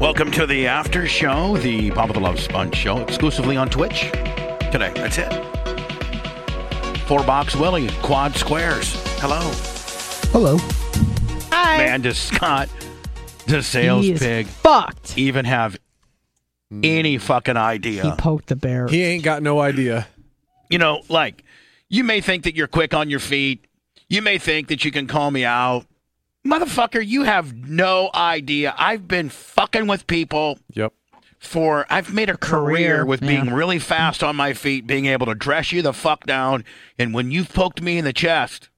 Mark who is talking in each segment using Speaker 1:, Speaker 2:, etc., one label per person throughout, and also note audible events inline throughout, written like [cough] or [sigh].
Speaker 1: Welcome to the after show, the Bob of the Love Sponge show, exclusively on Twitch today. That's it. Four Box Willie, Quad Squares. Hello.
Speaker 2: Hello.
Speaker 1: Man, does Scott, the sales
Speaker 3: He is
Speaker 1: pig,
Speaker 3: Fucked.
Speaker 1: even have any fucking idea?
Speaker 3: He poked the bear.
Speaker 2: He ain't got no idea.
Speaker 1: you know, like, you may think that you're quick on your feet. You may think that you can call me out. Motherfucker, you have no idea. I've been fucking with people
Speaker 2: Yep.
Speaker 1: for I've made a career,
Speaker 3: Career,
Speaker 1: with
Speaker 3: yeah.
Speaker 1: being really fast on my feet, being able to dress you the fuck down, and when you've poked me in the chest,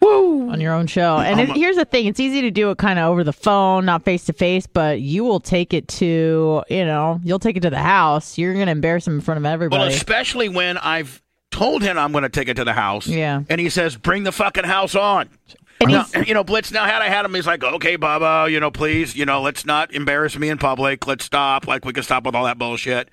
Speaker 1: woo,
Speaker 3: on your own show. And
Speaker 1: I'm
Speaker 3: it,
Speaker 1: a-
Speaker 3: here's the thing: it's easy to do it kind of over the phone, not face to face, but you will take it to you know you'll take it to the house. You're gonna embarrass him in front of everybody.
Speaker 1: well, especially when I've told him I'm going to take it to the house,
Speaker 3: Yeah.
Speaker 1: and he says, "Bring the fucking house on."
Speaker 3: and
Speaker 1: Now,
Speaker 3: he's,
Speaker 1: you know, Blitz. Now, had I had him, he's like, "Okay, Baba, you know, please, you know, let's not embarrass me in public. Let's stop. Like, we can stop with all that bullshit."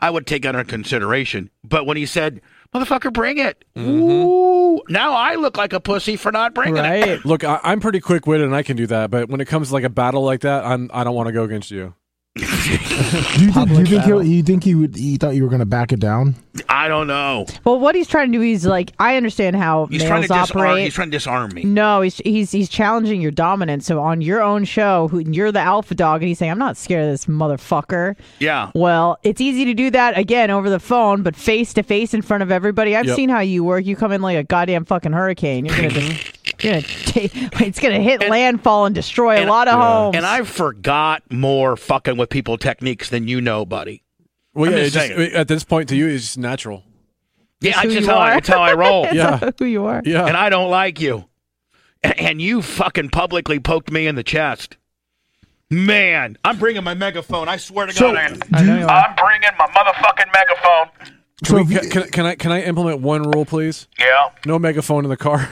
Speaker 1: I would take that under consideration. But when he said, "Motherfucker, bring it," ooh, now I look like a pussy for not bringing it.
Speaker 3: Mm. right?
Speaker 2: [coughs] Look, I, I'm pretty quick witted and I can do that, but when it comes to like a battle like that, I'm I don't want to go against you.
Speaker 4: Do you think,
Speaker 3: Public
Speaker 4: you think
Speaker 3: battle.
Speaker 4: he you think he would he thought you were going to back it down?
Speaker 1: I don't know.
Speaker 3: Well, what he's trying to do is like I understand how
Speaker 1: He's trying
Speaker 3: males
Speaker 1: to disarm.
Speaker 3: operate.
Speaker 1: He's trying to disarm me.
Speaker 3: no, he's, he's he's challenging your dominance. So on your own show, who, you're the alpha dog, and he's saying, "I'm not scared of this motherfucker."
Speaker 1: Yeah.
Speaker 3: Well, it's easy to do that again over the phone, but face to face in front of everybody. I've
Speaker 2: Yep.
Speaker 3: seen how you work. You come in like a goddamn fucking hurricane. You're gonna just, you're gonna take, [laughs] it's gonna hit landfall and destroy
Speaker 1: and-
Speaker 3: a lot of homes.
Speaker 1: And I forgot more fucking with people techniques than you know, buddy.
Speaker 2: Well,
Speaker 1: I'm
Speaker 2: yeah, it
Speaker 1: just
Speaker 2: just,
Speaker 1: saying.
Speaker 2: at this point to you, it's just natural.
Speaker 1: Yeah,
Speaker 3: That's
Speaker 1: I
Speaker 3: who
Speaker 1: just
Speaker 3: you
Speaker 1: how I,
Speaker 3: are.
Speaker 1: it's
Speaker 3: [laughs]
Speaker 1: how I roll,
Speaker 2: Yeah,
Speaker 3: who you are?
Speaker 2: yeah.
Speaker 1: and I don't like you. A- And you fucking publicly poked me in the chest. Man, I'm bringing my megaphone. I swear to
Speaker 4: So,
Speaker 1: God,
Speaker 3: I know you
Speaker 1: I,
Speaker 3: are. [laughs]
Speaker 1: am bringing my motherfucking megaphone.
Speaker 2: can,
Speaker 4: So
Speaker 2: we,
Speaker 4: if you-
Speaker 2: can, can, can I can I implement one rule, please?
Speaker 1: Yeah,
Speaker 2: No megaphone in the car.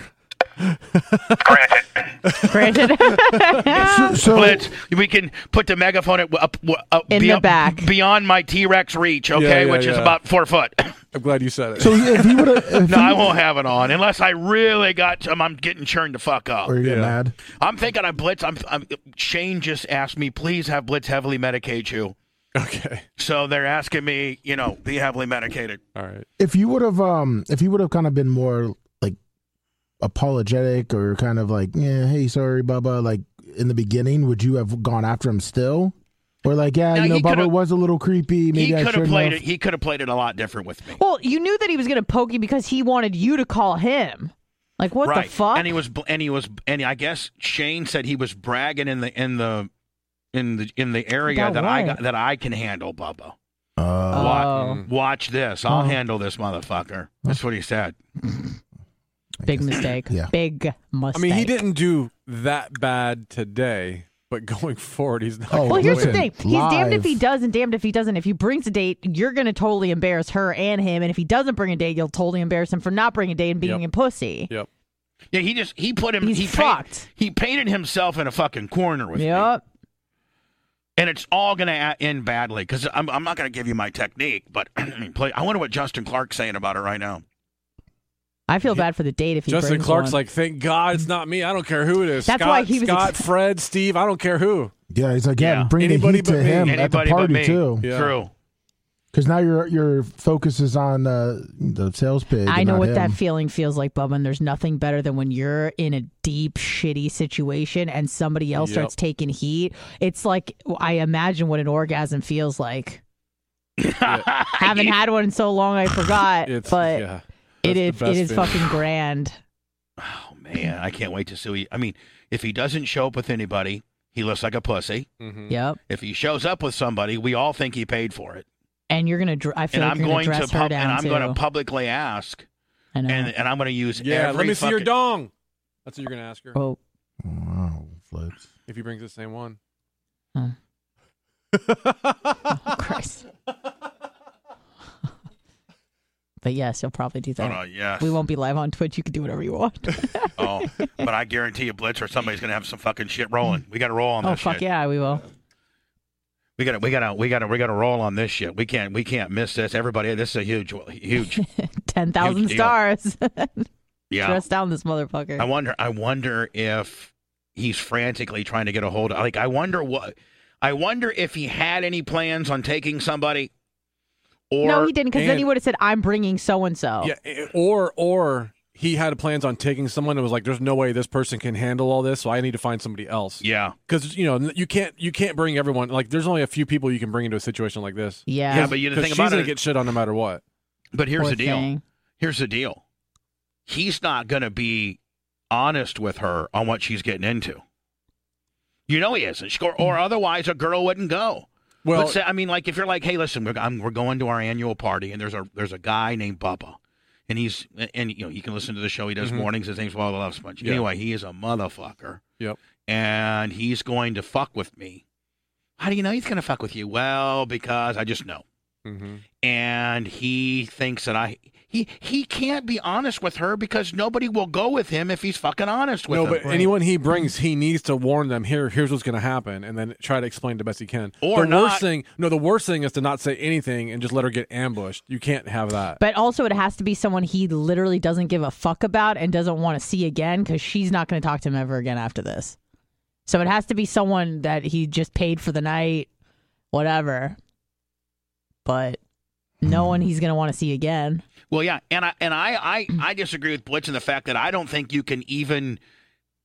Speaker 1: granted.
Speaker 3: Granted,
Speaker 4: so, so-
Speaker 1: Blitz, we can put the megaphone at, up, up
Speaker 3: In the back.
Speaker 1: beyond my T Rex reach. Okay,
Speaker 2: yeah,
Speaker 1: which is
Speaker 2: yeah.
Speaker 1: about four foot. [laughs]
Speaker 2: I'm glad you said it.
Speaker 4: so if he would have,
Speaker 1: No, I won't have it on unless I really got. some I'm getting churned the fuck up.
Speaker 4: are you getting
Speaker 2: Yeah.
Speaker 4: mad?
Speaker 1: I'm thinking I blitz. I'm, I'm. Shane just asked me, please have blitz heavily medicate you.
Speaker 2: okay.
Speaker 1: So they're asking me, you know, be heavily medicated.
Speaker 2: All right.
Speaker 4: If you would have, um, if you would have kind of been more like apologetic or kind of like, yeah, hey, sorry, Bubba, like in the beginning, would you have gone after him still, or like, yeah,
Speaker 1: No,
Speaker 4: you know,
Speaker 1: he coulda-
Speaker 4: Bubba was a little creepy. Maybe
Speaker 1: he
Speaker 4: I
Speaker 1: could have
Speaker 4: shouldn't
Speaker 1: played
Speaker 4: have.
Speaker 1: it. He could have played it a lot different with me.
Speaker 3: well, you knew that he was gonna poke you because he wanted you to call him. Like what
Speaker 1: right.
Speaker 3: the fuck?
Speaker 1: And he was. bl- And he was. And I guess Shane said he was bragging in the in the in the in the area
Speaker 3: About
Speaker 1: that I
Speaker 3: what?
Speaker 1: got that I can handle, Bubba.
Speaker 4: Uh,
Speaker 3: oh,
Speaker 1: Watch this. I'll
Speaker 4: Oh.
Speaker 1: handle this motherfucker. That's what he said.
Speaker 3: big mistake.
Speaker 4: Yeah.
Speaker 3: Big
Speaker 2: I
Speaker 3: mistake.
Speaker 2: mean, he didn't do that bad today. But going forward, he's not.
Speaker 4: Oh,
Speaker 2: gonna
Speaker 3: Well, here's the thing.
Speaker 2: win.
Speaker 3: He's damned if he
Speaker 4: live.
Speaker 3: does and damned if he doesn't. If he brings a date, you're going to totally embarrass her and him. And if he doesn't bring a date, you'll totally embarrass him for not bringing a date and being
Speaker 2: Yep.
Speaker 3: a pussy.
Speaker 2: Yep.
Speaker 1: Yeah, he just he put him
Speaker 3: He's
Speaker 1: he
Speaker 3: fucked.
Speaker 1: he painted himself in a fucking corner with me.
Speaker 3: Yep.
Speaker 1: and it's all going to end badly because I'm, I'm not going to give you my technique, but [clears throat] play. I wonder what Justin Clark's saying about it right now.
Speaker 3: I feel bad for the date if he
Speaker 2: Justin
Speaker 3: brings
Speaker 2: Clark's
Speaker 3: one.
Speaker 2: like, thank God it's not me. I don't care who it is.
Speaker 3: That's
Speaker 2: Scott,
Speaker 3: why he was
Speaker 2: Scott,
Speaker 3: ex-
Speaker 2: Fred, Steve. I don't care who.
Speaker 4: Yeah, he's like, yeah,
Speaker 1: Yeah.
Speaker 4: bring
Speaker 2: Anybody
Speaker 4: the heat to
Speaker 2: but me.
Speaker 4: him at the
Speaker 1: Anybody but
Speaker 4: party
Speaker 1: me.
Speaker 4: too.
Speaker 2: Yeah.
Speaker 1: True.
Speaker 4: Because now your your focus is on uh, the sales pig.
Speaker 3: I
Speaker 4: and
Speaker 3: know
Speaker 4: not
Speaker 3: what
Speaker 4: him.
Speaker 3: that feeling feels like, Bubba. And there's nothing better than when you're in a deep, shitty situation and somebody else
Speaker 2: Yep.
Speaker 3: starts taking heat. It's like I imagine what an orgasm feels like. [laughs] Haven't had one in so long, I forgot.
Speaker 2: It's
Speaker 3: but
Speaker 2: yeah.
Speaker 3: it is
Speaker 2: That's the
Speaker 3: it
Speaker 2: best
Speaker 3: is
Speaker 2: feeling.
Speaker 1: [laughs]
Speaker 3: fucking grand.
Speaker 1: Oh man, I can't wait to see. I mean, if he doesn't show up with anybody, he looks like a pussy.
Speaker 2: Mhm.
Speaker 3: Yep.
Speaker 1: If he shows up with somebody, we all think he paid for it,
Speaker 3: And you're gonna. Dr- I feel
Speaker 1: and
Speaker 3: like
Speaker 1: I'm
Speaker 3: you're
Speaker 1: going
Speaker 3: gonna
Speaker 1: to
Speaker 3: dress her
Speaker 1: pub-
Speaker 3: down
Speaker 1: and I'm
Speaker 3: too.
Speaker 1: going to publicly ask,
Speaker 3: I know.
Speaker 1: and and I'm going to use
Speaker 2: Yeah.
Speaker 1: every
Speaker 2: Let me see your
Speaker 1: fucking-
Speaker 2: dong. That's what you're gonna ask her
Speaker 3: oh,
Speaker 4: Wow, flips.
Speaker 2: if he brings the same one.
Speaker 1: [laughs]
Speaker 3: Oh, Christ. [laughs] but yes, you'll probably do
Speaker 1: Oh
Speaker 3: that.
Speaker 1: no, yes.
Speaker 3: We won't be live on Twitch. You can do whatever you want.
Speaker 1: oh, but I guarantee you, Blitz or somebody's going to have some fucking shit rolling. We got to roll [laughs] on
Speaker 3: oh
Speaker 1: this.
Speaker 3: fuck
Speaker 1: shit.
Speaker 3: yeah, we will.
Speaker 1: We gotta, we gotta, we gotta, we gotta roll on this shit. We can't, we can't miss this. Everybody, this is a huge,
Speaker 3: [laughs]
Speaker 1: huge.
Speaker 3: Ten thousand
Speaker 1: Huge deal.
Speaker 3: stars. [laughs]
Speaker 1: Yeah.
Speaker 3: Dress down this
Speaker 1: I
Speaker 3: motherfucker.
Speaker 1: wonder, I wonder if he's frantically trying to get a hold of. Like, I wonder what, I wonder if he had any plans on taking somebody, or
Speaker 3: no, he didn't, because then he
Speaker 2: and-
Speaker 3: would have said, "I'm bringing so and so."
Speaker 1: Oh.
Speaker 2: Yeah, eh, or or he had plans on taking someone and was like, "There's no way this person can handle all this, so I need to find somebody else."
Speaker 1: yeah,
Speaker 2: Because you know you can't you can't bring everyone. Like, there's only a few people you can bring into a situation like this.
Speaker 1: Yeah,
Speaker 3: Yeah.
Speaker 1: but you- the
Speaker 2: 'Cause
Speaker 1: thing
Speaker 2: she's
Speaker 1: about
Speaker 2: gonna
Speaker 1: it-
Speaker 2: get shit on no matter what.
Speaker 1: but here's
Speaker 3: poor
Speaker 1: the deal.
Speaker 3: thing.
Speaker 1: Here's the deal. He's not gonna be honest with her on what she's getting into. You know he isn't, or,
Speaker 3: Mm.
Speaker 1: or otherwise a girl wouldn't go.
Speaker 2: Well,
Speaker 1: let's say, I mean, like if you're like, hey, listen, we're, I'm, we're going to our annual party, and there's a there's a guy named Bubba, and he's and you know you can listen to the show. He does
Speaker 3: Mm-hmm.
Speaker 2: Mhm.
Speaker 1: mornings. His name's Bubba Love Sponge.
Speaker 2: Yeah.
Speaker 1: Anyway, he is a motherfucker.
Speaker 2: Yep.
Speaker 1: And he's going to fuck with me. How do you know he's going to fuck with you? Well, because I just know.
Speaker 2: Mhm.
Speaker 1: And he thinks that I he he can't be honest with her because nobody will go with him if he's fucking honest with
Speaker 2: no,
Speaker 1: them.
Speaker 2: but anyone he brings, he needs to warn them. Here, here's what's gonna happen, and then try to explain the best he can.
Speaker 1: Or
Speaker 2: the
Speaker 1: not.
Speaker 2: worst thing, no, the worst thing is to not say anything and just let her get ambushed. You can't have that.
Speaker 3: But also, it has to be someone he literally doesn't give a fuck about and doesn't want to see again because she's not going to talk to him ever again after this. So it has to be someone that he just paid for the night, whatever. But no one he's going to want to see again.
Speaker 1: Well, yeah, and I and I I, I disagree with Blitz in the fact that I don't think you can even,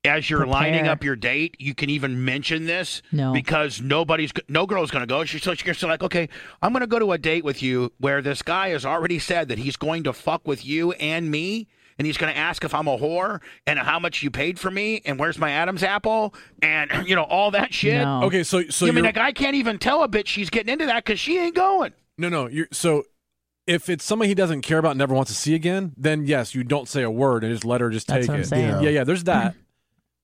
Speaker 1: as you're lining
Speaker 3: Prepare.
Speaker 1: up your date, you can even mention this
Speaker 3: No.
Speaker 1: because nobody's go- no girl's going to go. She's so she's just like, okay, I'm going to go to a date with you where this guy has already said that he's going to fuck with you and me. And he's going to ask if I'm a whore and how much you paid for me and where's my Adam's apple and you know all that shit.
Speaker 3: No.
Speaker 2: Okay, so
Speaker 1: I
Speaker 2: so you're,
Speaker 1: mean, like I can't even tell a bitch she's getting into that because she ain't going.
Speaker 2: No, no. You're, so if it's somebody he doesn't care about, and never wants to see again, then yes, you don't say a word and just let her just
Speaker 3: That's
Speaker 2: take
Speaker 3: what I'm
Speaker 2: it.
Speaker 3: saying.
Speaker 2: Yeah, yeah. There's
Speaker 3: [clears throat]
Speaker 2: that.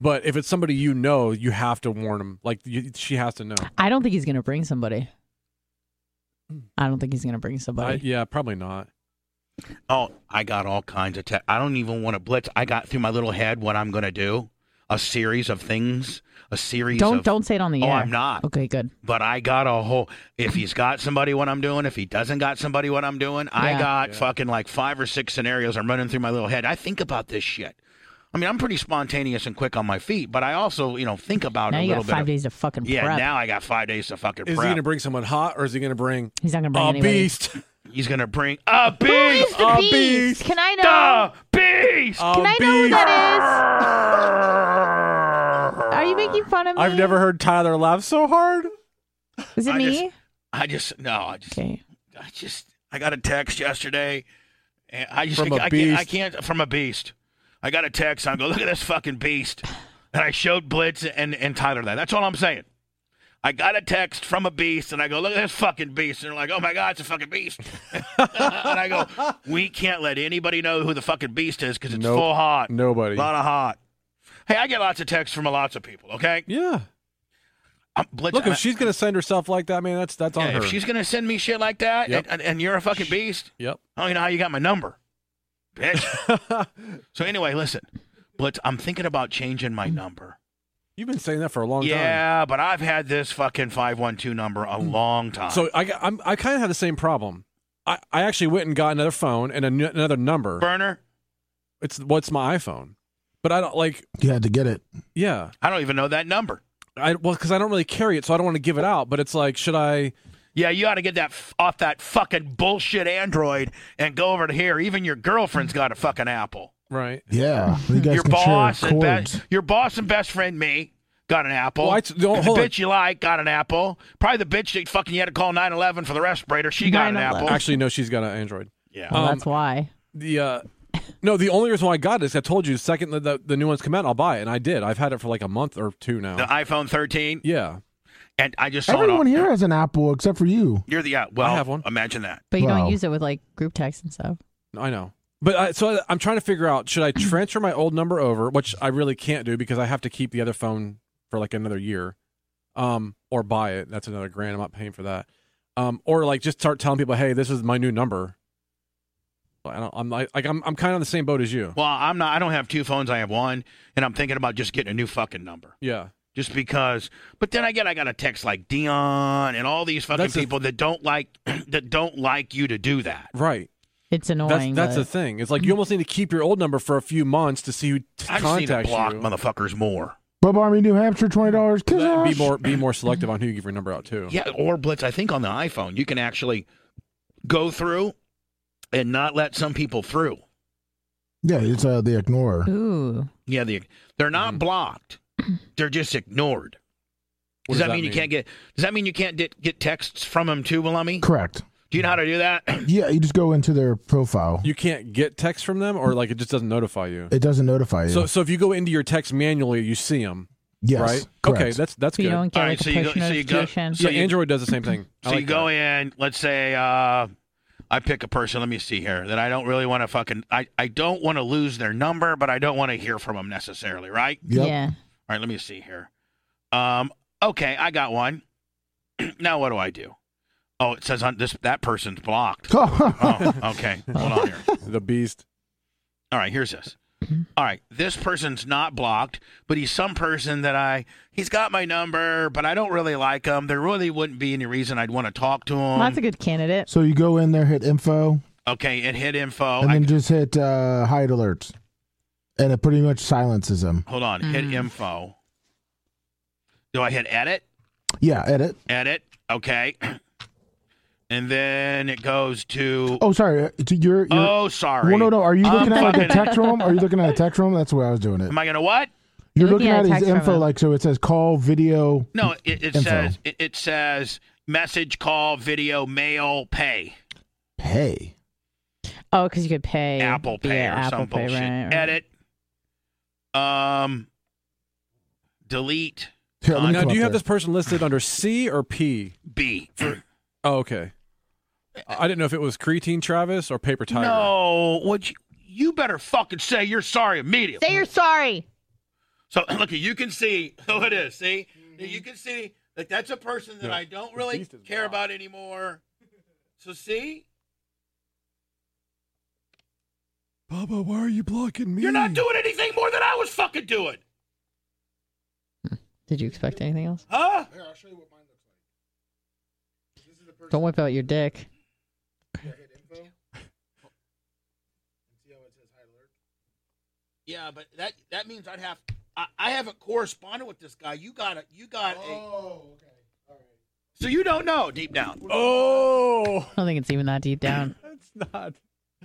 Speaker 2: but if it's somebody you know, you have to warn him. Like you, she has to know.
Speaker 3: I don't think he's going to bring somebody. I don't think he's going to bring
Speaker 2: I,
Speaker 3: somebody.
Speaker 2: yeah, probably not.
Speaker 1: Oh, I got all kinds of tech. I don't even want to blitz. I got through my little head what I'm going to do. A series of things, a series
Speaker 3: don't
Speaker 1: of
Speaker 3: don't say it on the
Speaker 1: Oh,
Speaker 3: air.
Speaker 1: I'm not.
Speaker 3: Okay, good.
Speaker 1: but I got a whole if he's got somebody what I'm doing, if he doesn't got somebody what I'm doing, I
Speaker 3: Yeah.
Speaker 1: got
Speaker 2: Yeah.
Speaker 1: fucking like five or six scenarios I'm running through my little head. I think about this shit. I mean, I'm pretty spontaneous and quick on my feet, but I also, you know, think about
Speaker 3: Now
Speaker 1: it a
Speaker 3: you
Speaker 1: little
Speaker 3: got five
Speaker 1: bit. of-
Speaker 3: days to fucking
Speaker 1: yeah,
Speaker 3: prep.
Speaker 1: now I got 5 days to fucking
Speaker 2: Is he
Speaker 1: prep.
Speaker 2: gonna bring someone hot or is he gonna bring
Speaker 3: he's not going to bring
Speaker 2: a
Speaker 3: anybody.
Speaker 2: beast?
Speaker 1: he's going to bring a beast.
Speaker 2: the A beast? beast?
Speaker 3: Can I know?
Speaker 1: a beast.
Speaker 2: A
Speaker 3: Can I know who
Speaker 2: beast!
Speaker 3: that is? Are you making fun of me?
Speaker 2: I've never heard Tyler laugh so hard.
Speaker 3: Is it
Speaker 1: I
Speaker 3: me?
Speaker 1: just- I just no, I just
Speaker 3: okay.
Speaker 1: I just I got a text yesterday, and I just
Speaker 2: From a
Speaker 1: I, can't, I
Speaker 2: beast.
Speaker 1: can't from a beast. I got a text. I go look at this fucking beast, and I showed Blitz and and Tyler that. That's all I'm saying. I got a text from a beast, and I go look at this fucking beast, and they're like, oh my god, it's a fucking beast. [laughs] and I go, we can't let anybody know who the fucking beast is because it's
Speaker 2: Nope.
Speaker 1: full hot,
Speaker 2: Nobody.
Speaker 1: a lot of hot. Hey, I get lots of texts from lots of people. Okay,
Speaker 2: Yeah.
Speaker 1: I'm, let's-
Speaker 2: Look,
Speaker 1: I'm-
Speaker 2: if she's gonna send herself like that, man, that's that's on
Speaker 1: yeah,
Speaker 2: her.
Speaker 1: if she's gonna send me shit like that,
Speaker 2: Yep.
Speaker 1: and, and you're a fucking beast,
Speaker 2: yep.
Speaker 1: oh, you know how you got my number, bitch.
Speaker 2: [laughs]
Speaker 1: so anyway, listen, Blitz, I'm thinking about changing my number.
Speaker 2: You've been saying that for a long
Speaker 1: yeah, but I've had this fucking five one two number a long time.
Speaker 2: time. Mm. So I got- I'm, I kind of had the same problem. I, I actually went and got another phone and a n- another number.
Speaker 1: burner,
Speaker 2: It's what's my iPhone, but I don't like.
Speaker 4: You had to get it.
Speaker 2: Yeah,
Speaker 1: I don't even know that number.
Speaker 2: I well because I don't really carry it, so I don't want to give it out. But it's like, should I?
Speaker 1: Yeah, you ought to get that f- off that fucking bullshit Android and go over to here. Even your girlfriend's got a fucking Apple.
Speaker 2: Right.
Speaker 4: Yeah, you guys
Speaker 1: your
Speaker 4: can
Speaker 1: boss
Speaker 4: share
Speaker 1: and
Speaker 4: cords.
Speaker 1: best your boss and best friend me got an apple.
Speaker 2: Well, I t- no,
Speaker 1: the
Speaker 2: hold on.
Speaker 1: bitch you like got an apple. Probably the bitch that fucking you had to call 911 for the respirator. She got an
Speaker 3: 911.
Speaker 1: apple.
Speaker 2: Actually, no, she's got an Android.
Speaker 1: yeah.
Speaker 3: Well,
Speaker 2: Um,
Speaker 3: that's why.
Speaker 2: The uh, no, the only reason why I got it is I told you the second that the, the new ones come out, I'll buy it, and I did. I've had it for like a month or two now.
Speaker 1: the iPhone 13
Speaker 2: yeah.
Speaker 1: and I just saw it
Speaker 4: Everyone
Speaker 1: on-
Speaker 4: here has an Apple except for you.
Speaker 1: You're the yeah, well,
Speaker 2: I have one.
Speaker 1: imagine that.
Speaker 3: But you
Speaker 4: Wow.
Speaker 3: don't use it with like group text and stuff.
Speaker 2: I know. But I, so I- I'm trying to figure out should I transfer my old number over, which I really can't do because I have to keep the other phone for like another year, um, or buy it. That's another grand. I'm not paying for that. Um, or like just start telling people, hey, this is my new number. But I don't, I'm like, like I'm, I'm kind of on the same boat as you.
Speaker 1: Well, I'm not I don't have two phones, I have one and I'm thinking about just getting a new fucking number.
Speaker 2: Yeah,
Speaker 1: Just because, but then again, I got a text like Dion and all these fucking
Speaker 2: That's the-
Speaker 1: people that don't like [clears throat] that don't like you to do that.
Speaker 2: right.
Speaker 3: It's
Speaker 2: That's
Speaker 3: annoying.
Speaker 2: that's the
Speaker 3: but
Speaker 2: thing. It's like you almost need to keep your old number for a few months to see who t-
Speaker 1: I just need to
Speaker 2: contacts
Speaker 1: block
Speaker 2: you.
Speaker 1: motherfuckers more.
Speaker 4: Bub Army, New Hampshire, twenty dollars.
Speaker 2: That'd Be more be more selective on who you give your number out to.
Speaker 1: Yeah, or Blitz. I think on the iPhone you can actually go through and not let some people through.
Speaker 4: Yeah, it's uh, the Ignorer.
Speaker 3: ooh,
Speaker 1: Yeah, they, they're not [clears throat]
Speaker 2: Mhm.
Speaker 1: blocked. They're just ignored.
Speaker 2: What
Speaker 1: Does, that, mean, you can't get? Does that mean you can't get, get texts from them too, Willummy?
Speaker 4: Correct.
Speaker 1: Do you know how to do that?
Speaker 4: Yeah, you just go into their profile.
Speaker 2: You can't get text from them, or like it just doesn't notify you.
Speaker 4: It doesn't notify you.
Speaker 2: So, so if you go into your text manually, you see them,
Speaker 4: yes,
Speaker 2: right?
Speaker 4: correct.
Speaker 2: Okay, that's that's
Speaker 3: so you
Speaker 2: good.
Speaker 3: don't get
Speaker 1: All right,
Speaker 3: like
Speaker 1: so
Speaker 3: a
Speaker 1: you
Speaker 3: push
Speaker 1: go- so you go-
Speaker 3: notification.
Speaker 1: so
Speaker 2: yeah,
Speaker 1: you-
Speaker 2: Android does the same thing. I
Speaker 1: So
Speaker 2: like
Speaker 1: you go in. Let's say uh, I pick a person. Let me see here. That I don't really want to fucking. I I don't want to lose their number, but I don't want to hear from them necessarily. Right.
Speaker 4: Yep.
Speaker 3: Yeah.
Speaker 1: All right, let me see here. Um, okay, I got one. [clears throat] now what do I do? Oh, it says on this that person's blocked.
Speaker 4: [laughs] Ah,
Speaker 1: Oh, okay. Hold on here.
Speaker 2: that. the beast.
Speaker 1: All right, here's this. All right, this person's not blocked, but he's some person that I he's got my number, but I don't really like him. There really wouldn't be any reason I'd want to talk to him.
Speaker 3: Well, that's a good candidate.
Speaker 4: so you go in there, hit info,
Speaker 1: okay, it hit info.
Speaker 4: and
Speaker 1: Oh, I,
Speaker 4: then just hit uh, hide alerts, and it pretty much silences them.
Speaker 1: hold on, hit info. Do I hit edit?
Speaker 4: Yeah, edit.
Speaker 1: Edit. Okay. [clears throat] And then it goes to
Speaker 4: Oh, sorry. To your, your
Speaker 1: Oh, sorry.
Speaker 4: Well, no, no. Are you
Speaker 1: I'm
Speaker 4: looking at like a
Speaker 1: fucking-
Speaker 4: text room? Are you looking at a text room? That's where I was doing
Speaker 1: [laughs]
Speaker 4: it.
Speaker 1: Am I gonna what?
Speaker 4: You're looking
Speaker 3: Looking
Speaker 4: at
Speaker 3: at a
Speaker 4: his
Speaker 3: text from
Speaker 4: info,
Speaker 3: him.
Speaker 4: like so. It says call, video.
Speaker 1: No, it, it
Speaker 4: Info.
Speaker 1: says it, it says message, call, video, mail, pay,
Speaker 4: Hey,
Speaker 3: Oh, because you could pay
Speaker 1: Apple Pay
Speaker 3: yeah,
Speaker 1: or
Speaker 3: Apple
Speaker 1: some
Speaker 3: Pay,
Speaker 1: bullshit.
Speaker 3: right, right.
Speaker 1: Edit. Um. Delete
Speaker 4: Here, let me
Speaker 2: Now,
Speaker 4: come
Speaker 2: do you
Speaker 4: up
Speaker 2: have
Speaker 4: there.
Speaker 2: this person listed under C or P?
Speaker 1: B. [laughs]
Speaker 2: Oh, okay. I I didn't know if it was Creatine Travis or Paper Tiger.
Speaker 1: no, would you? You better fucking say you're sorry immediately.
Speaker 3: Say you're sorry.
Speaker 1: So [clears throat] look, you can see [laughs] who it is. See, you can see that that's a person that I don't really
Speaker 2: beast is
Speaker 1: care
Speaker 2: wild.
Speaker 1: about anymore. So see,
Speaker 2: Bubba, why are you blocking me?
Speaker 1: you're not doing anything more than I was fucking doing,
Speaker 3: Did you expect anything else?
Speaker 1: huh?
Speaker 3: Don't whip out your dick.
Speaker 1: Yeah, but that that means I'd have I, I haven't corresponded with this guy. You got a you got a
Speaker 4: Oh.
Speaker 1: so you don't know deep down.
Speaker 2: Oh,
Speaker 3: I don't think it's even that deep down.
Speaker 2: [laughs] that's not.